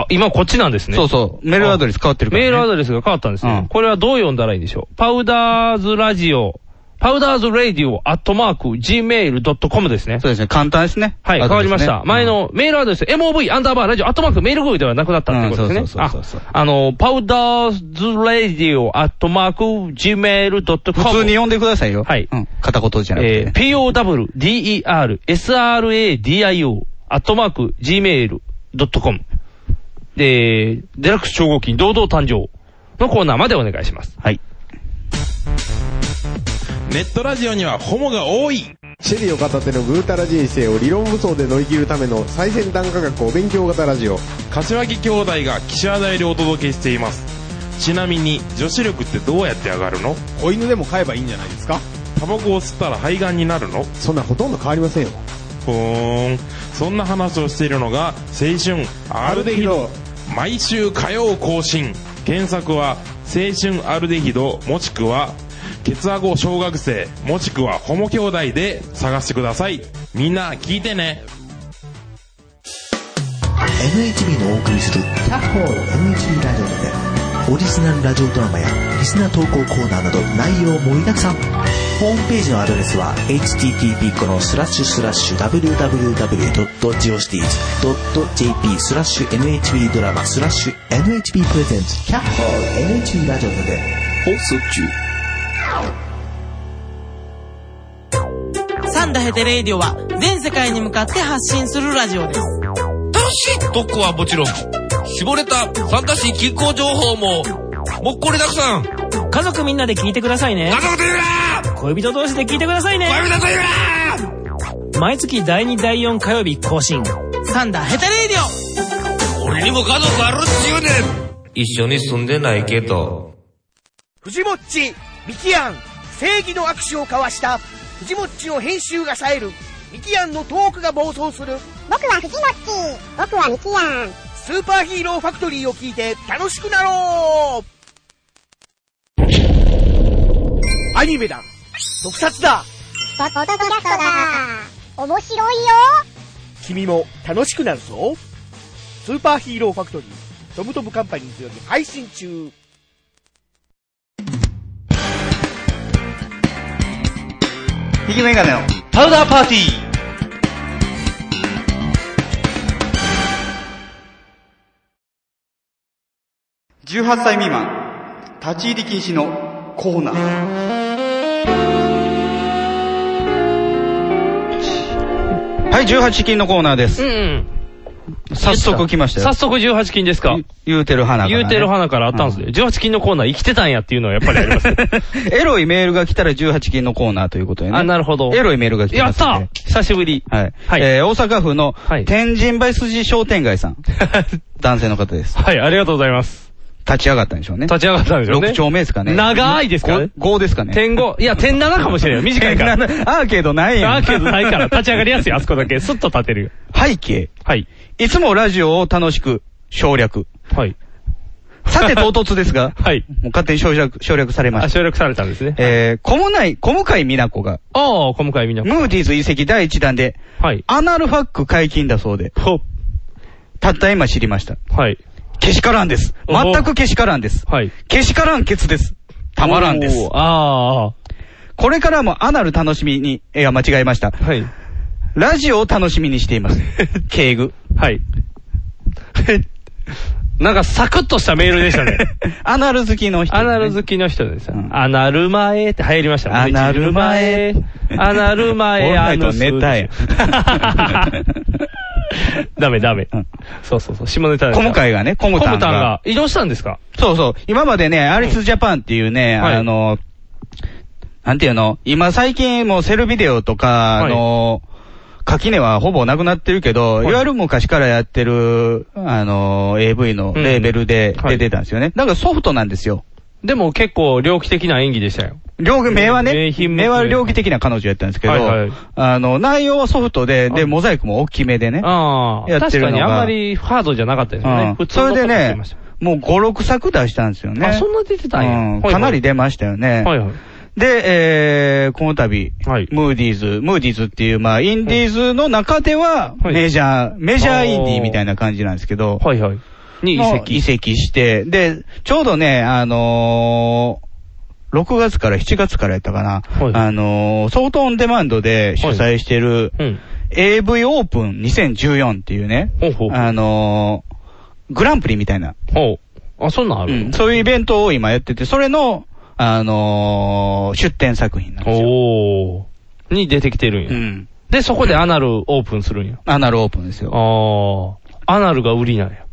あ、今こっちなんですね。
そうそう。メールアドレス変わってるから、ね。
メールア
レ
ドレスが変わったんですね。
うん
これはどう読んだらいいんでしょうパウダーズラジオ、パウダーズラディオアットマーク gmail.com ですね
ス。そうですね。簡単ですね。
はい、
ア
変
ド
わ
レ
り
スね
ました。前。のメールアドレス、mov アンダーバーラジオアットマークメール号ではなくなったってこと
う
で
ん
す
そ
ね。
う
あ
そうそうそうそう、
あの、パウダーズラディオアットマーク gmail.com。
普通に呼んでくださいよ。
はい
うん。片言じゃなくて、
えー、powder,sradio, アットマーク、gmail.com。で、デラックス超合金堂々誕生のコーナーまでお願いします。
はい。
ネットラジオにはホモが多い
シェリーを片手のぐうたら人生を理論武装で乗り切るための最先端科学お勉強型ラジオ
柏木兄弟が岸和田よりお届けしていますちなみに女子力ってどうやって上がるの
子犬でも飼えばいいんじゃないですか
タバコを吸ったら肺がんになるの
そんなほとんど変わりませんよ
ふーんそんな話をしているのが青春アルデヒド毎週火曜更新検索は青春アルデヒドもしくはケツアゴ小学生もしくはホモ兄弟で探してくださいみんな聞いてね
NHB のお送りする「キャッホール NHB ラジオ」でオリジナルラジオドラマやリスナー投稿コーナーなど内容盛りだくさんホームページのアドレスは http このスラッシュスラッシュ www.geocities.jp スラッシュ NHB ドラマスラッシュ NHB プレゼンツキャッホール NHB ラジオで
サンダヘテレイディオは全世界に向かって発信するラジオです。
楽しい特攻はもちろん、絞れたサンタシー気候情報も、もっこりたくさん。家
家族みんなで聞いてくださいね。
族と言うな
恋人同士で聞いてくださいね。
恋人と言うな
毎月第2第4火曜日更新。サンダヘテレイディオ
俺にも家族あるっちゅうねん一緒に住んでないけど。
藤もっち、ミキアン、正義の握手を交わした、藤もっちの編集が冴える、ミキアンのトークが暴走する、
僕はフジモッチ僕はミキヤン
スーパーヒーローファクトリーを聞いて楽しくなろうアニメだ特撮だ
ポッドキャストだ面白いよ
君も楽しくなるぞスーパーヒーローファクトリー、トムトムカンパニーズより配信中
引きの眼鏡の。
パウダーパーティー
18歳未満、立ち入り禁止のコーナー。はい、18禁のコーナーです。
うん。
早速来ましたよ。
早速18金ですか。
言うてる花から、ね。
言うてる花からあったんですね。18金のコーナー生きてたんやっていうのはやっぱりあり
*laughs*
ますね。
エロいメールが来たら18禁のコーナーということでね。
あ、なるほど。
エロいメールが来て
や
ま
っ
すんで
た久しぶり。
*laughs* はい。
はい
えー大阪府の
はい
天神梅筋商店街さん。男性の方です。
はい、ありがとうございます。
立ち上がったんでしょうね。
立ち上がったんでしょうね。
6丁目ですかね。
長いですかね
?5 ですかね。
点5。いや、点7かもしれない。短いから。
アーケードないやん
アーケードないから。立ち上がりやすい、あそこだけ。スッと立てるよ。
*laughs* 背景。
はい。
いつもラジオを楽しく、省略。
はい。
さて、唐突ですが、 *laughs*
はい。
もう勝手に省略、省略されま
あ、
した。
省略されたんですね。
えー、小もない、小向井美奈子が、
ああ、小向井みな。
ムーディーズ遺跡第1弾で、
はい。
アナルファック解禁だそうで、
ほ、
たった今知りました。
はい。
けしからんです。
おお
全くけしからんです。
はい。
けしからんケツです。たまらんです
おー。あ
これからもアナル楽しみに、いや、間違えました。
あ、はい。
ラジオを楽しみにしてい
*laughs*
ます。敬具。
はい。 *laughs* なんかサクッとしたメール
*laughs*
でしたね。
アナル好きの人、
アナル好きの人ですよ
うん
アナル前って流行りましたもんね。
アナル前
一時前アナル
*laughs*
前
オールナ
ア
イト
ヌス。
ネタや *laughs*
ダメダメ
うん。
そうそうそう。下ネタ
小向井がね、コ
コ
ム
ム
タ
タ
ン
ン
が。
が移動したんですか
そうそう。今までね、アリスジャパンっていうね、
はい
あの、なんていうの今最近もうセルビデオとか、あの、垣根はほぼなくなってるけど、
はい
い、わゆる昔からやってる、あの、AV のレーベルで
うんはい
出てたんですよね。だからソフトなんですよ。
でも結構猟奇的な演技でしたよ。
両目は
名
ね、
品
目は両義的な彼女やったんですけど、
はいはい
あの、内容はソフトで、
あ
で、モザイクも大きめでね。
ああ。
やって
確
る
か
のが
にあんまりハードじゃなかったですよ
う
ね
ん。
普通の
それで
ことして
ね
ました、
もう5、6作出したんですよね。
あ、そんな出てたんや。
う
は
ん
いはい
かなり出ましたよね。
はいはい。
で、えー、この度、
はい
ムーディーズ、ムーディーズっていう、まあ、インディーズの中では、
はい
メジャー、メジャーインディーみたいな感じなんですけど、
はいはい。に遺
の
跡。
移籍して、で、ちょうどね、あのー、6月から7月からやったかな、
はい
あのー、ソフトオンデマンドで主催してる、
うん。
AV オープン2014っていうね、
ほうほう。
あのー、グランプリみたいな、
ほう。あ、そんなんあ
う
る
んそういうイベントを今やってて、それの、あのー、出展作品なんですよ。
おー。に出てきてるんや。
うん。
で、そこでアナルオープンするんや。
アナルオープンですよ。
ああ。アナルが売りなんや。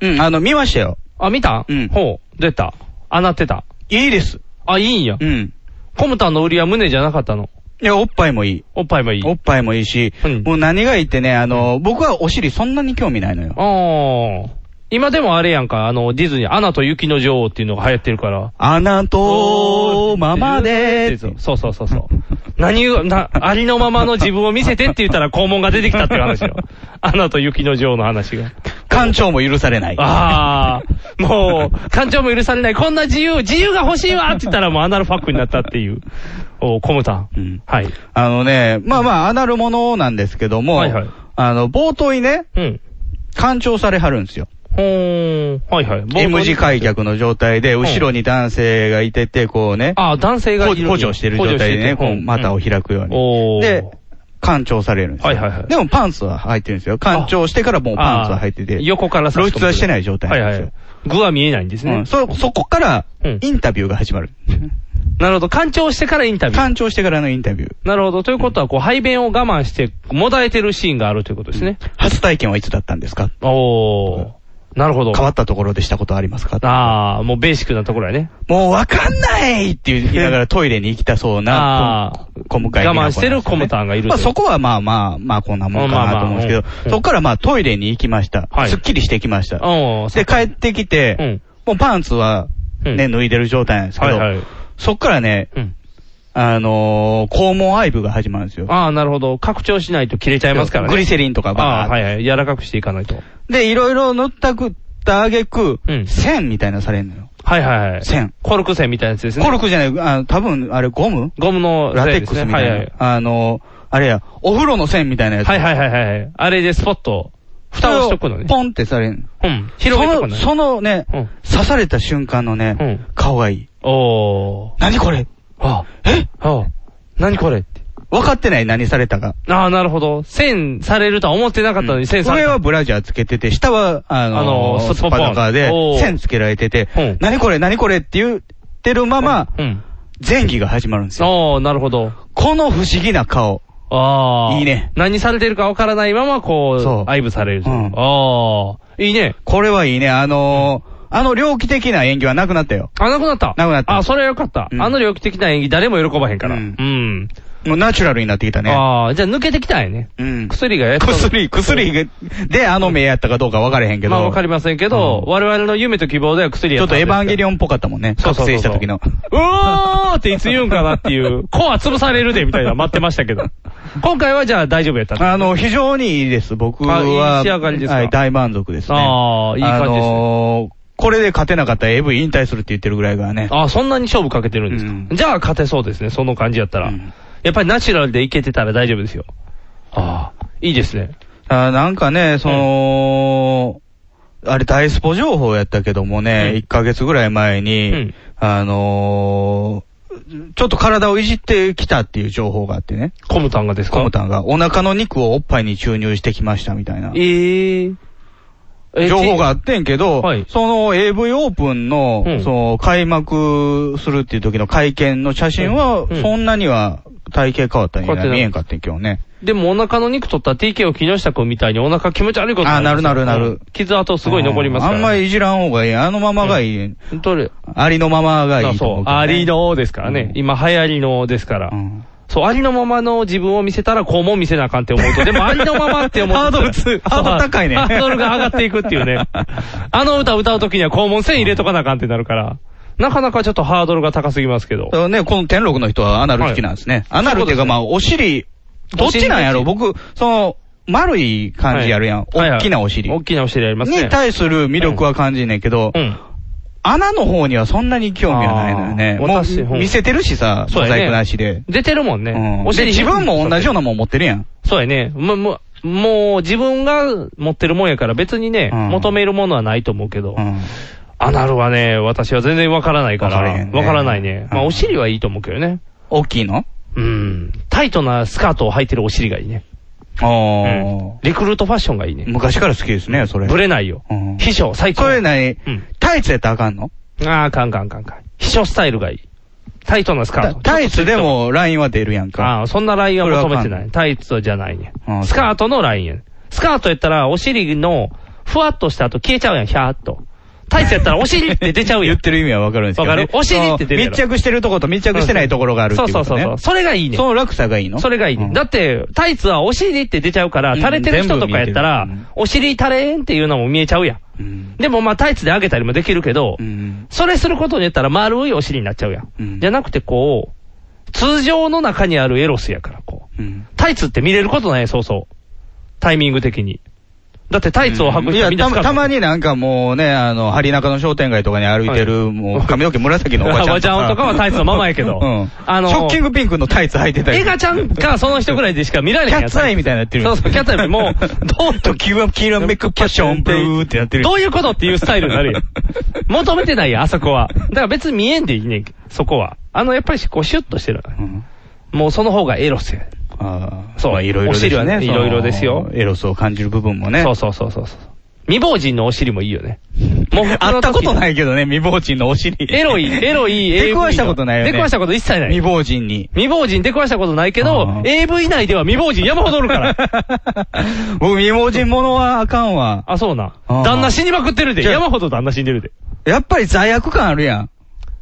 うん、あの、見ましたよ。
あ、見た
うん
ほう。出た。あなってた。
いいです。
あ、いいんや
う。ん。
コムタンの売りは胸じゃなかったの。
いや、おっぱいもいい。
おっぱいもいい。
おっぱいもいいし、
うん
もう何がいいってね、あの、僕はお尻そんなに興味ないのよ。
ああ。今でもあれやんか、あの、ディズニー、アナと雪の女王っていうのが流行ってるから。
穴と、ままで、
そうそうそうそう。何言う、な、ありのままの自分を見せてって言ったら肛門が出てきたっていう話
*laughs*
よ。アナと雪の女王の話が。
艦長も許されない。
ああ、もう、感情も許されない。こんな自由、自由が欲しいわって言ったらもうアナルファックになったっていう。おコムタン。
うん
はい。
あのね、まあまあ、アナルものなんですけども、
はいはい
あの、冒頭にね、
うん。
干潮されはるんですよ。
ほーん。はいはい。冒頭に
M 字開脚の状態で、
ん
後ろに男性がいてて、こうね、
ああ、男性が
補
いる。
助してる状態でね、こう、股を
開
開くように。
おー。
で、干潮されるんですよ。
はいはいはい
でもパンツは履いてるんですよ。干潮してからもうパンツは履いて
あー
て。
横から
露出はしてない状態
はい
なん
は
ですよ
い。具は見えないんです
う
ね
ん。そ、そこから
うん、
インタビューが始まる。
なるほど。干潮してからインタビュー。
干潮してからのインタビュー。
なるほど。ということは、こう、排便を我慢して、もだえてるシーンがあるということですね。
初体験はいつだったんですか
おー。なるほど。
変わったところでしたことありますか
ああ、もうベーシックなところやね。
もうわかんないって言いながらトイレに行きたそうな
ああ
こ小向井美奈子なん
我慢
ですよね
してる小向さんがいるという
まあそこはまあまあ、まあこんなもんかなと思うんですけど、
まあまあうん
そこからまあトイレに行きました。
はい
すっきりしてきました。
うん。
で、帰ってきて、
うん
もうパンツはね、
うん
脱いでる状態なんですけ
は
ど、
いはい。
そっからね、
うん。
あのー肛門アイブが始まるんですよ。
ああ、なるほど。拡張しないと切れちゃいますからね。
グリセリンとか
あ
バー
あ、
ッ
はいはい。柔らかくしていかないと。
で、いろいろ塗ったくったあげく、
うん
線みたいなのされるのよ。
はいはいはい。
線。
コルク線みたいなやつですね。
コルクじゃない、あ多分あれゴム
ゴムの
ラテ
線
ッ
で
ク
す
ス
ね
みたいな。
はいはい
あの、あれや、お風呂の線みたいなやつ。
はいはいはいはい。あれでスポット、蓋をしとくのね。
ポンってされん。
うん。広げとくのね。
その、そのね、
うん
刺された瞬間のね、
うん
顔がいい。
おー。
何これ
あ、
え
あ、何これって。
分かってない、何されたか。
ああ、なるほど。線されるとは思ってなかったのに線され
上
た。
はブラジャーつけてて、下は、あのー
あのー
スパナカー
スッポンポンお
で
ー、
線つけられてて
うん、
何これ、何これって言ってるまま、
うん。
前儀が始まるんですよ。
ああ、なるほど。
この不思議な顔。
ああ。
いいね。
何されてるかわからないまま、こ
そう
う、愛撫される。
うん
ああ。いいね。
これはいいね。あのー、あの猟奇的な演技はなくなったよ。
あ、なくなった。
なくなった
あ、それはよかった。
うん
あの猟奇的な演技誰も喜ばへんから。う
うん
ん。
もうナチュラルになってきたね。
ああ、じゃあ抜けてきたんやね。
うん。
薬がやっと
薬、薬であの目やったかどうか分かれへんけど。
まあわかりませんけど、我々の夢と希望では薬
ち
や
ょ
っ
っと
たんで
エヴ
すけど
ァンゲリオンっぽかったもんね。
そ
覚
うそうそう
醒した時の。
うおーっていつ言うんかなって *laughs* いう、コア潰されるでみたいな待ってましたけど。 *laughs* 今回はじゃあ大丈夫やった
あの、非常にいいです。僕
あい
は。
い仕上がりですか
はい、大満足ですね。
ああ、いい感じですね。
のーこれで勝てなかったら AV 引退するって言ってるぐらいからね。
ああ、そんなに勝負かけてるんですか。
うん
じゃあ勝てそうですね、その感じやったら。
うん
やっぱりナチュラルでいけてたら大丈夫ですよ。ああ、いいですね。
あなんかね、その、あれ大スポ情報やったけどもね、
うん
1ヶ月ぐらい前に、
うん
あのーちょっと体をいじってきたっていう情報があってね、
コムタンがですか
コムタンがお腹の肉をおっぱいに注入してきましたみたいな。
えええ
情報があ
ち
ってんけど、
はい
その AV オープンの、
うん
その開幕するっていう時の会見の写真は、
うんうん
そんなには体型変わったり
変わってない
見えんかってんけどね。
でもお腹の肉取った TK を木下くんみたいにお腹気持ち悪いことにます
あなるなるなる。
傷跡すごい残りますから、
あんまりいじらん方がいい。あのままがいい。
り。どれ
ありのままがいいと
そ
思う
う、
けどね、
ありのですからね。
うん
今流行りのですから。
うん
そう、ありのままの自分を見せたら、こうも見せなあかんって思うと、でもありのままって思うと。
ハードルつハードル高いね
ハードルが上がっていくっていうね。
*laughs*
あの歌歌うときには肛門線入れとかなあかんってなるから、なかなかちょっとハードルが高すぎますけど。
そうね、この天禄の人はアナル好きなんですね。アナルっていうか、まあ、お尻、どっちなんやろ
お尻
僕、その、丸い感じやるやん。
はい
大きなお尻。
大きなお尻ありますね。
に対する魅力は感じんねんけど、
うん。
穴の方にはそんなに興味はないのよね。
あー
も
私うん
う見せてるしさ、
そう
モ
やね
ザイクなしで。
出てるもんね。
うん、で、自分も同じようなもん持ってるやん。
そうやね。もう、もう、もう自分が持ってるもんやから別にね、
うん
求めるものはないと思うけど、
うん。
アナルはね、私は全然わからないから、
わ
わ
から
か,、
へんね
らないね。まあ
うん
お尻はいいと思うけどね。
大きいの
うん。タイトなスカートを履いてるお尻がいいね。
あ
リクルートファッションがいい
あ、
ね。
昔から好きですね、それ。
ブレないよ
うん。
秘書、最高。
それ何
うん。
タイツやったらあかんの
ああ、かんかんかんかん。秘書スタイルがいい。タイトなスカー
タ
ト。
タイツでもラインは出るやんか。
ああ、そんなラインは求めて
それは
な
あか
い。タイツじゃないね
あ。あ
スカートのラインやね。スカートやったら、お尻の、ふわっとした後消えちゃうやん、ひゃーっと。タイツやったら、お尻って出ちゃうや
言
ん
っ。てる意味はわかるんですけど、ね。
わかるお尻って出るやろ
その密着してるとこと密着してないところがあるって
そ
いううこ
そう
と、
そう
ね。
そう。それがいいね
そ。の落差がいいの
それがいいね。
うん
だって、タイツはお尻って出ちゃうから、
うん
垂れてる人とかやったら
全部見えてる、
お尻垂れんっていうのも見えちゃうやん。
うん
でもまあタイツで上げたりもできるけど
う、ん
それすることによったら丸いお尻になっちゃうやん。
うん
じゃなくてこう、通常の中にあるエロスやからこう。
うん
タイツって見れることないそうそう。タイミング的に。だってタイツを履
い
く人は
や
みんな
た
使う
ま、たまになんかもうね、あの、針中の商店街とかに歩いてる、
はい
もう髪の毛紫のおばちゃん。
おばちゃんとかはタイツのままやけど
うん。
あ
あ
の
の、ショッキングピンクのタイツ履いてたり。
映画ちゃんかその人ぐらいでしか見られへんやん。
キャッツアイみたいになってる
そうそう、キャッツアイ。もう、ど
どんとキュア、キュアメックパッション、ブーってなって
う、
る。
どういうことっていうスタイルになるよ。求めてないやん、あそこは。だから別に見えんでいいねん、そこは。あの、やっぱりこうシュッとしてる。
うん
もうその方がエロスや。
あー
そう
まあいろいろですよ
お尻は
ね。
ねいろいろですよ
そのエロスを感じる部分もね。
そうそうそうそうそう。未亡人のお尻もいいよね。もう。
会ったことないいけどね、未亡人のお尻。
エロい、エロい AV
出くわしたことないよね
出くわしたこと一切ない。
未亡人に。
未亡人出くわしたことないけど
あ、ー
AV 内では未亡人山ほどおるから。
僕、未亡人ものはあかんわ。
あ、そうな。
あー
旦那死にまくってるで。
じゃあ
山ほど旦那死んでるで。
やっぱり罪悪感あるやん。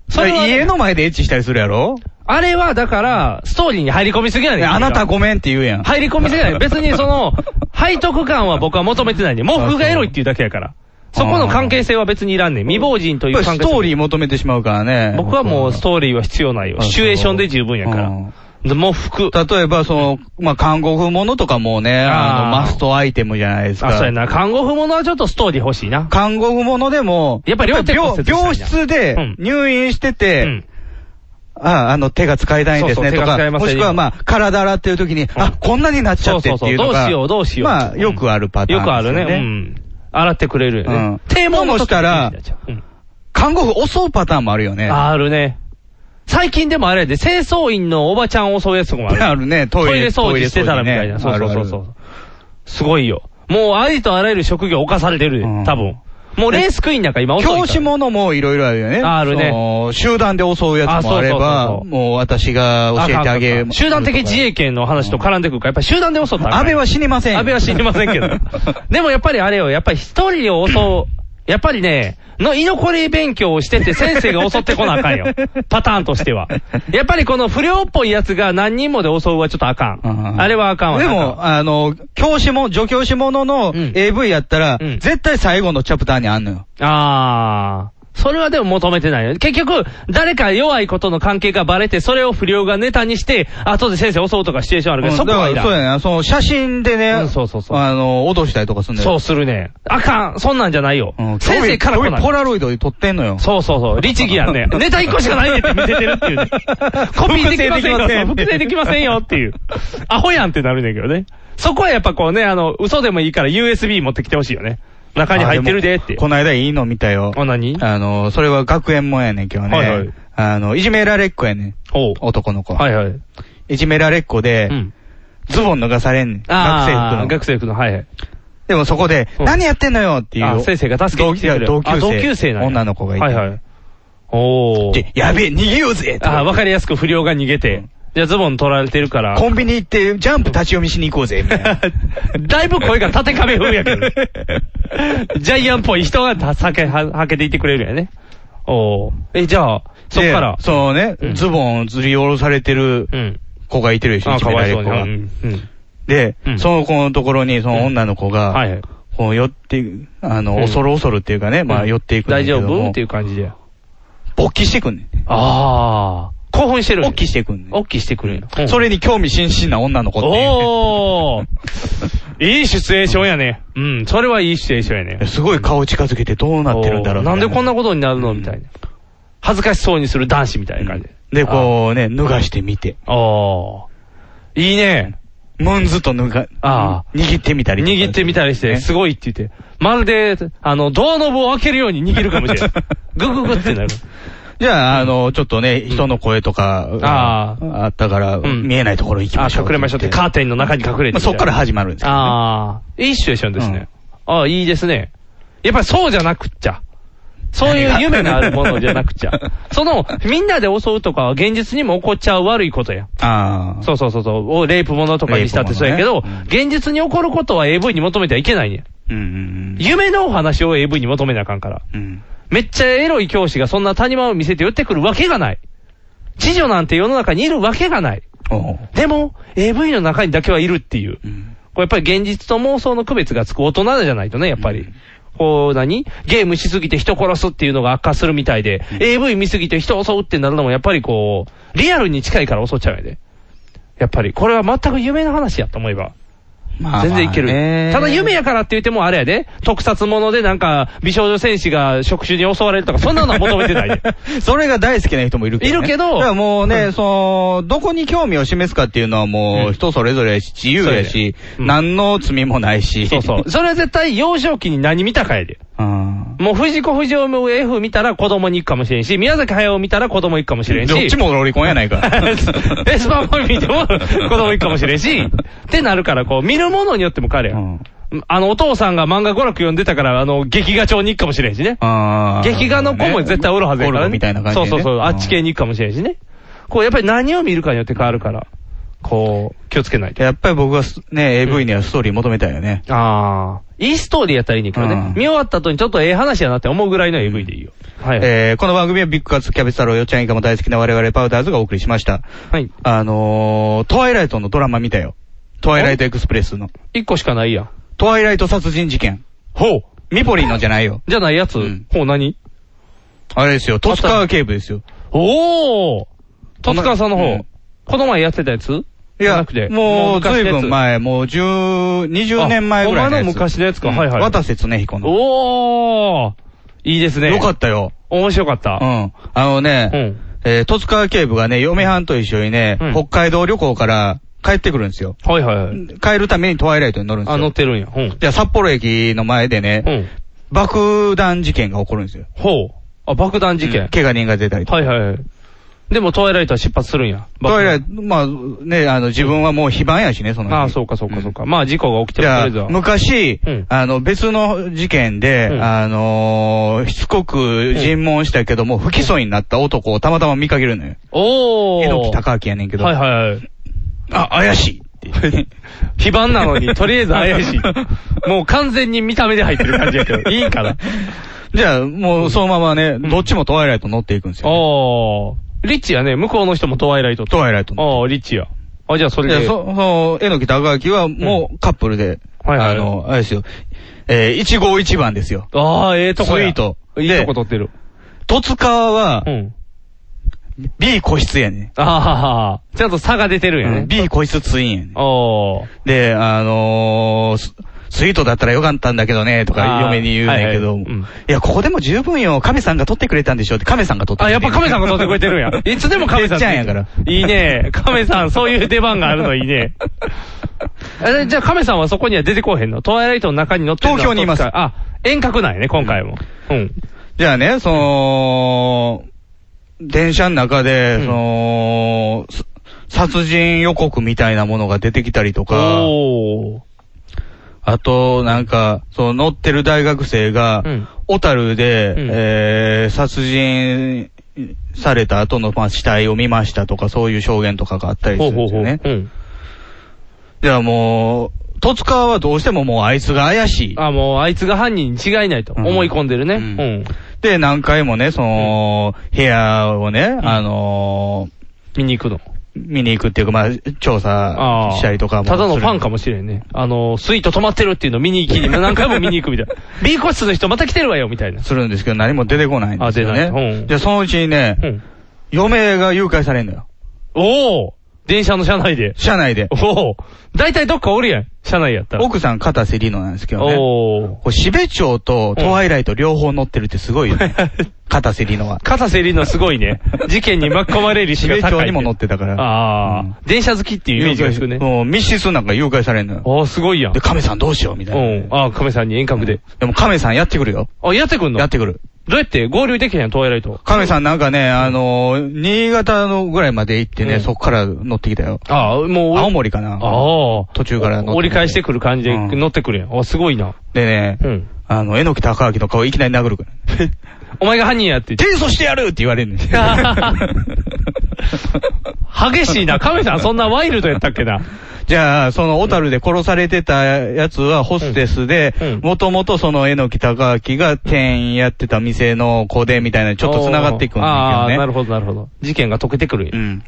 そ
そ
れ
れ
はね
家の前でエッチしたりするやろ
あれはだから、ストーリーに入り込みすぎやね
ね
ん。
あなたごめんって言うやん。
入り込みすぎない。別にその、背徳感は僕は求めてないねん。毛布がエロいっていうだけやから。そこの関係性は別にいらんねん。未亡人とい
やっ
う
ぱり
関
ス
係性。
トーリー求めてしまうからね。
僕はもうストーリーは必要ないよ。
あそう
シチュエーションで十分やか
うん
ら。もう服。
例えば、その、まあ、看護婦ものとかもね、あ
あー
の、マストアイテムじゃないです
あ、そう
か。
やな。看護婦ものはちょっとストーリー欲しいな。
看護婦ものでも、
やっぱり両手骨折
病
したいな
病室
う
で
ん
入院して
う
て、
ん。
あ、あの、手が使えないんですね
そうそ
と
う手が使え
か、
ません
もしくはまあ、体洗ってる時に、あ、こんなになっちゃってっていうのが、
そうそうそうどうしようどうしよう
まあ、よくあるパター
よ
ン。
くあるね。うん。洗ってくれるよ
う
ね
ん。
手も
もしたら
うん
看護婦襲うパターンもあるよね。
あるね。最近でもあれやで、清掃員のおばちゃんをそういうやつとかもある。
*laughs* あるねトイレ
掃除してたらみたいな。
ト
そ
イ
う
レ掃
そ
除
う
ね
そうそう。すごいよ。もうありとあらゆる職業犯されてるで、多分。もうレースクイーンなんか今遅いから
教師ものもいろいろあるよね。
あるね
その集団で襲うやつもあれ
あそうそう
ば
そうそ、う
もう私が教えてあげる。
集団的自衛権の話と絡んでくるから、やっぱり集団で襲ったらあかん。
安倍は死にません。
安倍は死にませんけ *laughs* ど。でもやっぱりあれよ、やっぱり一人を襲う、やっぱりね、の居残り勉強をしてて先生が襲ってこなあかん *laughs* よ。パターンとしては。やっぱりこの不良っぽいやつが何人もで襲うはちょっとあかん。あれはあかんわ。
で
あかんわ、
も、あの、教師も、助教師ものの AV やったら、絶対最後のチャプターにあんのよ。
あー。それはでも求めてないよ。結局、誰か弱いことの関係がバレて、それを不良がネタにして、後で先生襲うとかシチュエーションあるけ
う
ど、
ん
そこ
だか
はい
ら
らん
そうやな、その写真でね、あの、脅したりとかするんだよ。
そうするね。あかん、そんなんじゃないよ。
うん
先生から来
こ
ない
ポラロイドで撮ってんのよ。
そうそうそう。律儀
*laughs*
やね。ネタ一個しかないねって見せてるっていうね。コピーできませんよ。そう複製できませんよっていう。
*laughs*
アホやんってなるねんだけどね。そこはやっぱこうね、あの、嘘でもいいから USB 持ってきてほしいよね。中に入ってるでって。
この間いいの見たよ。
あ、何
あの、それは学園もんやねんけどね。
はいはい
あの、いじめられっ子やねん。男の子。
はいはい。
いじめられっ子で、ズボン脱がされんねん。学生服
あ
の
ー。学生服の、はいはい。
でもそこで、
うん
何やってんのよっていう。
あ先生が助けに来てくれる
同級生。
あ同級生なんや
女の子がいて。
はいはい。おー。
でやべえ、逃げようぜ
あー、わかりやすく不良が逃げて。じゃあズボン取られてるから。
コンビニ行って、ジャンプ立ち読みしに行こうぜ、みたいな。
*laughs* だいぶ声が縦壁風やけ
*laughs*
ど。ジャイアンっぽい人がはけ、は、はけていってくれるよね。おーえ、じゃあ、そっから
で。そのね、ズボンずり下ろされてる子がいてるでしょ、
あ、
一
か
面
わい
誰
そ
か
うに。
が
うんうん
で、その子のところに、その女の子が、こう寄っていく、あの、
うん
恐る恐るっていうかね、ま
う
あ
ん
寄っていくんだ
大
けど
丈
も
夫っていう感じで。
勃起してくんねん。
ああ。興奮してるんや。
勃起してくんねん。
大きいしてくれる。
それに興味津々な女の子っていう。
おーいいシチュエーションやね。うん、それはいいシチュエーションやね。
すごい顔近づけてどうなってるんだろうみた
ないんでこんなことになるのみたいな。恥ずかしそうにする男子みたいな感じ。
で、こうね、脱がしてみて。
ああ。いいね。
ムンズと脱が、
あ
握ってみたりとか。
握ってみたりして、
ね
すごいって言って。まるで、あの、ドアノブを開けるように握るかも
*laughs*
しれない。グググってなる。
じゃあ、あの、ちょっとね、人の声とか、
あ
あったから、見えないところ行き
あ
ましょう。
隠れましょうって、カーテンの中に隠れてみた
まあ
いな。
そっから始まるんですけどね
ああ、いいシチュエーションですね。ああ、いいですね。やっぱりそうじゃなくっちゃ。そういう夢があるものじゃなくちゃ。その、みんなで襲うとかは現実にも起こっちゃう悪いことや。
あ
そうそうそうそう。おレイプものとかにしたってそうやけど、現実に起こることは AV に求めてはいけないねん。
あ。うんうん
夢のお話を AV に求めなあかんから。
うん。
めっちゃエロい教師がそんな谷間を見せて寄ってくるわけがない。知女なんて世の中にいるわけがない。
おう
でも、AV の中にだけはいるっていう。これやっぱり現実と妄想の区別がつく大人じゃないとね、やっぱり。こう何、ゲームしすぎて人殺すっていうのが悪化するみたいで、AV 見すぎて人襲うってなるのもやっぱりこう、リアルに近いから襲っちゃうよね。やっぱり、これは全く夢の話やと思えば。
まあ
全然いける。
まあね
ただ夢やからって言ってもあれやで、特撮ものでなんか美少女戦士が職種に襲われるとか、そんなのは求めてない
*laughs*
で。
それが大好きな人もいるけど、ね。
いるけど
だからもうね、その、どこに興味を示すかっていうのはもう人それぞれやし、自由やし、何の罪もないし。そう
そう。それは絶対幼少期に何見たかやで。もう藤子不二雄も F 見たら子供に行くかもしれんし、宮崎駿見たら子供行くかもしれんし。
どっちもロリコンやないか。
*laughs* エスパーボーイ見ても子供いるかもしれんし、ってなるから、こう、見るものによっても変わるやん。あの、お父さんが漫画娯楽読んでたから、あの、劇画調に行くかもしれんしね。
あー
劇画の子も絶対おるはずやから、
ゴルゴみたいな感じ
そう
でね
そうそう、あっち系に行くかもしれんしね。こう、やっぱり何を見るかによって変わるから、こう、気をつけないと。
やっぱり僕はすね、AV にはストーリー求めたいよね。
ああ。いいストーリーやったらいいねんけどね。見終わった後にちょっとええ話やなって思うぐらいの AV でいいよ。はい。
えーこの番組はビッグカツ、キャベツ太郎、よっちゃんイカも大好きな我々パウダーズがお送りしました。
はい。
あのー、トワイライトのドラマ見たよ。トワイライトエクスプレスの。
一個しかないやん。
トワイライト殺人事件。
ほう。
ミポリンのじゃないよ。
じゃないやつ、ほう何
あれですよ、十津川警部ですよ。
おー戸塚さんの方、
うん
この前やってたやつ
いや、もう、ずいぶん。前、もう、十、二十年前ぐらいのやつ。
あほんまの昔のやつか
うん
はいはい
渡瀬恒彦の。
おーいいですね。
よかったよ。
面白かった。
うん。あのね、えー、戸塚警部がね、嫁はんと一緒にね、北海道旅行から帰ってくるんですよ。
はいはいはい。
帰るためにトワイライトに乗るんですよ。
あ、乗ってるんや。うん。
で、札幌駅の前でね、爆弾事件が起こるんですよ。
ほう。あ、爆弾事件。
怪我人が出たりとか。
はいはいはい。でもトワイライトは出発するんや。
トワイライト、まあね、あの、自分はもう非番やしね、その日。
ああ、そうかそうかそうか。まあ事故が起きて
じ
もとり
ゃ
あ
あ
えずは。
昔、
うん
あの、別の事件で、
うん
あのーしつこく尋問したけども、不起訴になった男をたまたま見かけるのよ。
おー。
猪木隆明やねんけど。
はいはいはい。
あ、怪しいって。
*laughs* 非番なのに、とりあえず怪しい。もう完全に見た目で入ってる感じや *laughs* けど、いいんかな。
じゃあ、もうそのままね、どっちもトワイライト乗っていくんですよ。
おー。リッチやね。向こうの人もトワイライトと。
トワイライトの。
ああ、リッチや。あ、じゃあそれ
じゃあ、
で。
そ、その、えのき高明はもうカップルで、
はいはい
あの、あれですよ、えー、一号一番ですよ。
ああ、ええとこ
スイ
や。
ート。
いいと
で
こ、取ってる。
戸塚は
う、ん。
B 個室やね。
ああはは。ちゃんと差が出てるんやね。
B 個室ツインやね。
おー。
で、あのース、スイートだったらよかったんだけどね、とか
あー
嫁に言うねんけど、
はい
い
はいうん
や、ここでも十分よ、亀さんが撮ってくれたんでしょって、亀さんが撮ってく
あ、
れ
や
た
っぱ亀さんが撮ってくれてるんや。 *laughs* いつでも亀さん。
てっちゃんやから。。
いいね。亀さん、そういう出番があるのいいね。 *laughs* えじゃあ亀さんはそこには出てこうへんのトワイライトの中に乗ってるのは
東京にいます
あ、遠隔なんやね、今回も。うん。
じゃあね、その、電車の中で、
うん
その、さ殺人予告みたいなものが出てきたりとか、
おー。
あと、なんか、その乗ってる大学生が
うん、
小樽で、
うん
えー殺人された後の、まあ、死体を見ましたとか、そういう証言とかがあったりす
ほう
るん
ほう
です
ほ
よ
う。
ね。
うん。
じゃあもう、戸塚はどうしてももうあいつが怪しい。
あ、もう、あいつが犯人に違いないと
うん
思い込んでるね。う
うんん。で、何回もね、その、部屋をね、
ん
あのー
見に行くの。
見に行くっていうか、まあ、調査
ー
したりとかも。
ただのファンかもしれんね。あの、スイート止まってるっていうのを見に行き *laughs* に、何回も見に行くみたいな。B 個室の人また来てるわよ、みたいな。
するんですけど、何も出てこないんですよ
あ出ない
ね。
うん
で、そのうちにね、
うん。
嫁が誘拐されんのよ。
おお電車の車内で。
車内で。
おお大体どっかおるやん。車内やったら。
奥さん、片瀬里乃なんですけどね。
おお
これ、しべ町とトワイライト両方乗ってるってすごいよね。片瀬里乃は。
片瀬里のすご
*laughs*
いね。事件に巻き込まれるし
し
が
べ
高い、
町にも乗ってたから。
ああ、
うん
電車好きっていうイメージがつくね。
もう密室なんか誘拐されんのよ。
ああ、すごいやん
で、。亀さんどうしようみた
う
い
ん。ああ、亀さんに遠隔で。
な。でも亀さんやってくるよ。
あ、やってくんの
やってくる。
どうやって合流できへん、トワイライト。
亀さんなんかね、あのー、新潟のぐらいまで行ってね、
うん
そっから乗ってきたよ。
ああ、もう。
青森かな。
ああ。
途中から乗ってくる
折り返してくる感じで
うん
乗ってくるやん。あ、すごいな。
でね、
うん。
あの、えのき高明の顔いきなり殴
*laughs*
るから。
お前が犯人やって言って。
提訴してやるって言われ
*laughs*
るねん
激しいな。亀さんそんなワイルドやったっけな。
じゃあ、その小樽で殺されてたやつはホステスで
うんうん、
もともとそのえのき高明が店員やってた店の子でみたいな、ちょっと繋がっていくんだ
あ
け
あ、
どね
なる。ほど、なるほど。事件が解けてくるんや
うん。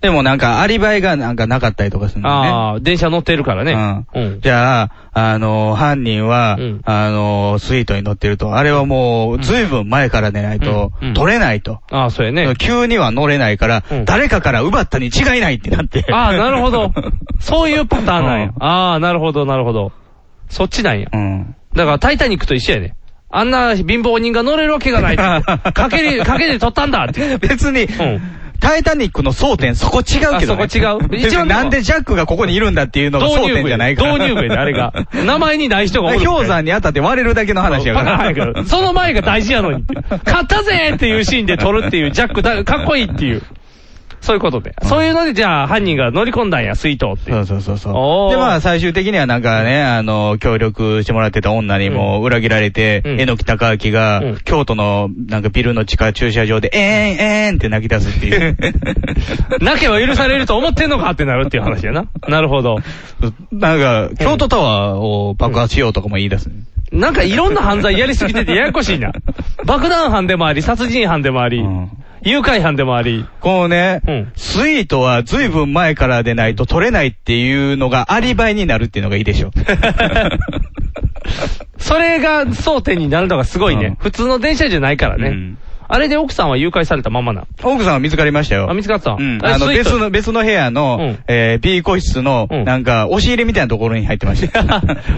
でもなんかアリバイがなんかなかったりとかするんだね。
ああ、電車乗ってるからね。
うん
うん。
じゃあ、あの、犯人は、
うん
あの、スイートに乗ってると、あれはもう、ずいぶん前から寝ないと、
うんうん
取れないと。
ああ、そう
*laughs*
やね。
急には乗れないから、
うん
誰かから奪ったに違いないってなって。
ああ、なるほど。そういうパターンなん
う
や
ん。
ああ、なるほど、なるほど。そっちなんや。
*laughs* うん。
だから、タイタニックと一緒やね。あんな貧乏人が乗れるわけがない。
*laughs*
かけり、かけで取ったんだって。
別に、
ん
タイタニックの争点、そこ違うけど、ね。
あそこ違う
別
一番
になんでジャックがここにいるんだっていうのが
導
争
入
点
部
じ
や
ゃないから。
導入部やで、あれが。
*laughs*
名前にない人がおるみたいな。
氷山に当たって割れるだけの話やか
バカ
ら。
早く *laughs* その前が大事や
*laughs*
のにって。勝ったぜっていうシーンで撮るっていう、ジャックだ、かっこいいっていう。そういうことで。そういうので、じゃあ、犯人が乗り込んだんや、水筒っていう
そうそうそう
お
そう。
ー
で、まあ、最終的にはなんかね、あの、協力してもらってた女にも裏切られて、
うん
えのきたかあきが、
うん
京都のなんかビルの地下駐車場で、えーん、えーんって泣き出すっていう。
*laughs* なけは許されると思ってんのかってなるっていう話やな。なるほど。
*laughs* なんか、京都タワーを爆破しようとかも言い出す。
なんかいろんな犯罪やりすぎててややこしいな。爆弾犯でもあり、殺人犯でもあり、
うん
誘拐犯でもあり。
こうね、
うん
スイートは随分前からでないと取れないっていうのがアリバイになるっていうのがいいでしょ。
それが争点になるのがすごいね。
うん
普通の電車じゃないから *laughs* ね。
うん
あれで奥さんは誘拐されたままな。
奥さんは見つかりましたよ。
あ見つかった
うん。
あ
あの、
スイート
別の、別の部屋の、
うん
えー B 個室の、
うん
なんか、押し入れみたいなところに入ってま
*laughs*
した。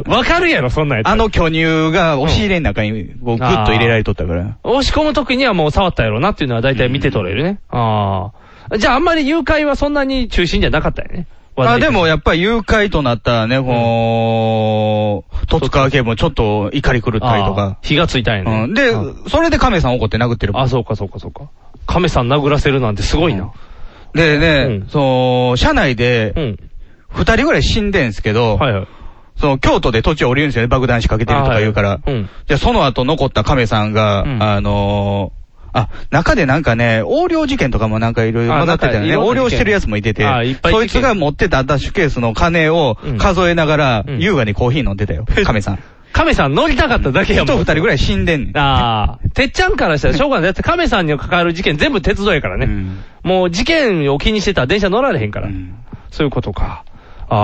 わかるやろ、そんなんやつ。
あの巨乳が押し入れの中に、こう、ぐっと入れられとったから。
押し込む時にはもう触ったやろうなっていうのは大体見て取れるね。ああ。じゃああんまり誘拐はそんなに中心じゃなかったよね。
あ、でもやっぱり誘拐となったらね、こう、戸塚警部もちょっと怒り狂ったりと
ああ
か。
火がついたんやね。
うん。で、それで亀さん怒って殴ってる。
あ、そうかそうかそうか。亀さん殴らせるなんてすごいな。
でね、そう、車内で、二人ぐらい死んでんすけど、その京都で土地を降りるんですよね、爆弾仕掛けてるとか言うから。で、その後残った亀さんが、あのー、あ、中でなんかね、横領事件とかもなんかいろいろ
あ
混ざってたよ
なんか
ね。
いろんな
横領してるやつもいてて
あいっぱ、い
そ
事件
いつが持ってたダッシュケースの金を数えながら、優雅にコーヒー飲んでた
*laughs*
よ、亀さん。
亀さん乗りたかっただけやもん。
人二人ぐらい死んでんねん。
ああ。てっちゃんからしたらしょうがない。だって亀さんに関わる事件全部鉄道やからね。もう事件を気にしてたら電車乗られへんから。そういうことか。ああ。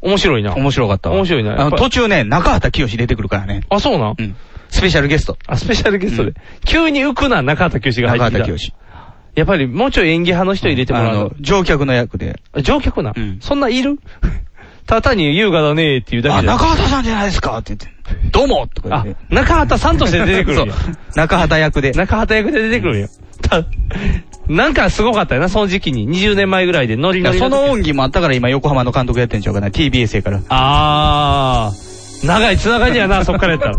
面白いな。
面白かったわ。
面白いな。
あの、途
中。
中ね、中畑清出てくるからね。
あ、そうなん
うん。スペシャルゲスト。
あ、スペシャルゲストで。急に浮くな、中畑清が入ってきた。
中畑清。
やっぱりもうちょい演技派の人入れても
あ
らう
の
の、
乗客の役で。
あ乗客な。
ん
そんないる *laughs* ただ単に優雅だねーっていうだけ
あ、
じゃ
中畑さんじゃないですかって言って。どうもとか言っ
あ
て。、
中畑さんとして出てくる
*laughs*
んや。
中畑役で。
中畑役で出てくるんよ。たなんかすごかったよな、その時期に。20年前ぐらいでノリ
い
ノ
や
リ
そ
時
の恩義もあったから今横浜の監督やってんちゃうかな。TBS やから。
あー、長いつながりやな、そっからやった
*laughs*
ら。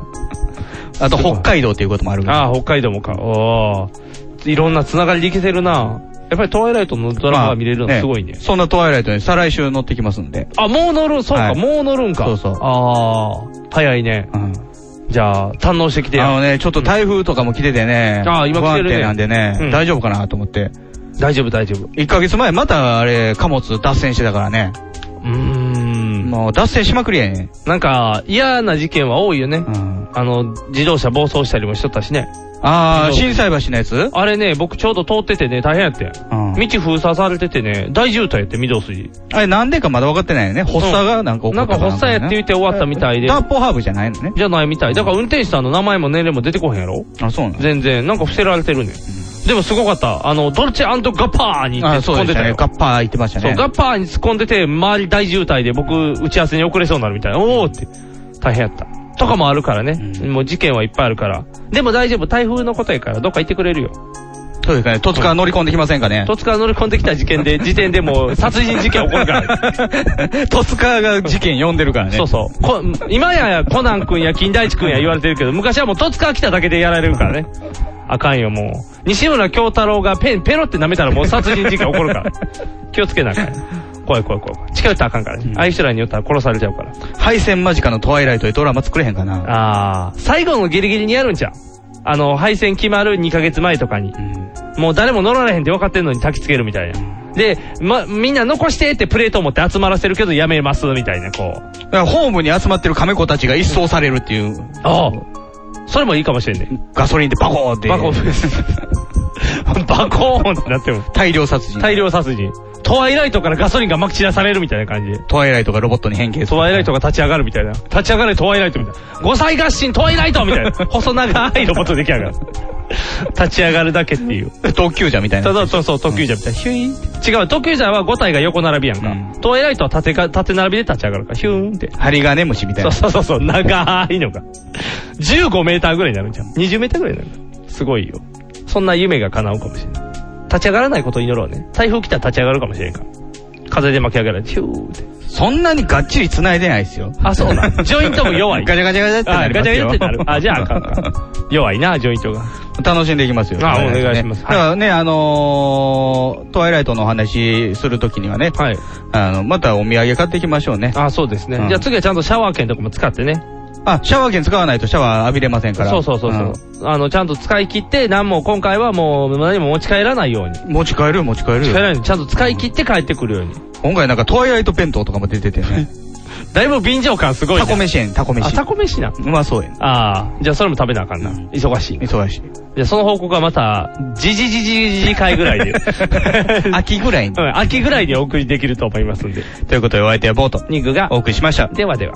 あと北海道っていうこともあるから。
あー、北海道もか。おー。いろんなつながりでいけてるな。やっぱりトワイライトのドラマが見れるのすごいね。
そんなトワイライトに再来週乗ってきますんで。
あ、もう乗る、そうか、
はい
もう乗るんか。
そうそう
あー、早いね。
うん
じゃあ、堪能してきて
あ
や。
のね、ちょっと台風とかも来ててね。
あー今来てる
不安
ね
定なんでね、
うん
大丈夫かなと思って。
大丈夫、大丈夫。う
1ヶ月前またあれ、貨物脱線してたからね。
ーん。
もう脱線しまくりやね。
なんか、嫌な事件は多いよね。
うん。
あの、自動車暴走したりもしとったしね。
あー、震災橋のやつ
あれね、僕ちょうど通っててね、大変やって。
うん。
道封鎖されててね、大渋滞やって、御堂筋。
あれなんでかまだ分かってないよね。発作がなんか起こ
な
っ
んか
た
発作やって言って終わったみたいで
タ、ッポハーブじゃないのね。
じゃないみたい。だから運転手さんの名前も年齢も出てこへんやろ
あ、そうなの
全然。なんか伏せられてるね。でもすごかった。あの、ドルチェガッパーに行っ
あ、
て
そ
突っ込
うんでし
で
た
た
ね。
よ。
ガッパー言ってました
そう、
ね。
ガッパーに突っ込んでて、周り大渋滞で僕、打ち合わせに遅れそうになるみたいな。おーって、大変やった。とかもあるからね。もう事件はいっぱいあるから。でも大丈夫、台風のことやから、どっか行ってくれるよ。
そうですね。戸塚乗り込んできませんかね。
戸塚乗り込んできた事件 *laughs* で、時点でもう殺人事件起こるから。
戸塚が事件呼んでるからね。
そうそう。こ今やコナン君や金田一君や言われてるけど、昔はもう戸塚来ただけでやられるからね。あかんよ、もう。西村京太郎がペン、ペロって舐めたらもう殺人事件起こる *laughs* から。気をつけなあかん。怖い怖い怖い怖い。近寄ったらあかんからね。ああいう人らによったら殺されちゃうから。
敗戦間近のトワイライトでドラマ作れへんかな。
あー、最後のギリギリにやるんちゃうあの、敗戦決まる2ヶ月前とかに。もう誰も乗られへんって分かってんのに焚きつけるみたいな。で、ま、みんな残してってプレート持って集まらせるけどやめますみたいな、こう。
だからホームに集まってる亀子たちが一掃されるっていう、
ああ。それもいいかもしれんね。
ガソリンでバコーって。
バコーン。バコーンってなっても。
大量殺人。
大量殺人。トワイライトからガソリンがまき散らされるみたいな感じで。
トワイライトがロボットに変形す
ト
る。
ワイライトが立ち上がるみたいな。立ち上がれトワイライトみたいな。五歳合心トワイライトみたいな。細長いロボット出来上がる。立ち上がるだけっていう。
特急じゃみたい
そ
な。
うそうそうそう、特急ジャーみたいな。ヒュイーン。違う、特急ジャーは5体が横並びやんか。
うん
トワイライトは縦か、縦並びで立ち上がるから、ヒューンって。
針金虫みたい
そ
な
う。そうそうそう、長いのが。15メーターぐらいになるんじゃん。20メーターぐらいになる。すごいよ。そんな夢が叶うかもしれない。立ち上がらないことを祈ろうね。台風来たら立ち上がるかもしれんから。風で巻き上がる。ヒューって。
そんなにがっちり繋いでないですよ。
あ、そう *laughs* なん。ジョイントも弱い。
ガチャガチャガチャってな
あ、
り
ガ
ま
チ
す
ャガチ
よ
ャってなる。あ、じゃああかんか。弱いな、ジョイントが。
楽しんでいきますよ。
あお願いしま
ね
す
だからね、あのー、トワイライトのお話するときにはね、
はい。
あの、またお土産買っていきましょうね。
あ、そうですね
う。ん
じゃあ次はちゃんとシャワー券とかも使ってね。
あ、シャワー券使わないとシャワー浴びれませんから。
そうそうそうそう。あの、ちゃんと使い切って、何も今回はもう何も持ち帰らないように。
うん。持ち帰る持ち帰る
持ち帰
よ。
らないように、ちゃんと使い切って帰ってくるように。
今回なんかトワイライト弁当とかも出てて
*laughs*
ね。
だいぶ便乗感すごいね。
タコ飯やん、タコ
あ、
飯。
タコ飯な。
うまそうやん。
ああ、じゃあそれも食べなあかんな。忙しい。じ
忙しい。
ゃあその報 *laughs* 告はまた、じじじじじじ回ぐらいで。
秋ぐらいに
う。ん、秋ぐらいにお送りできると思いますんで。
ということでお相手はボート。
ニグが
お、送りしました。
ではでは。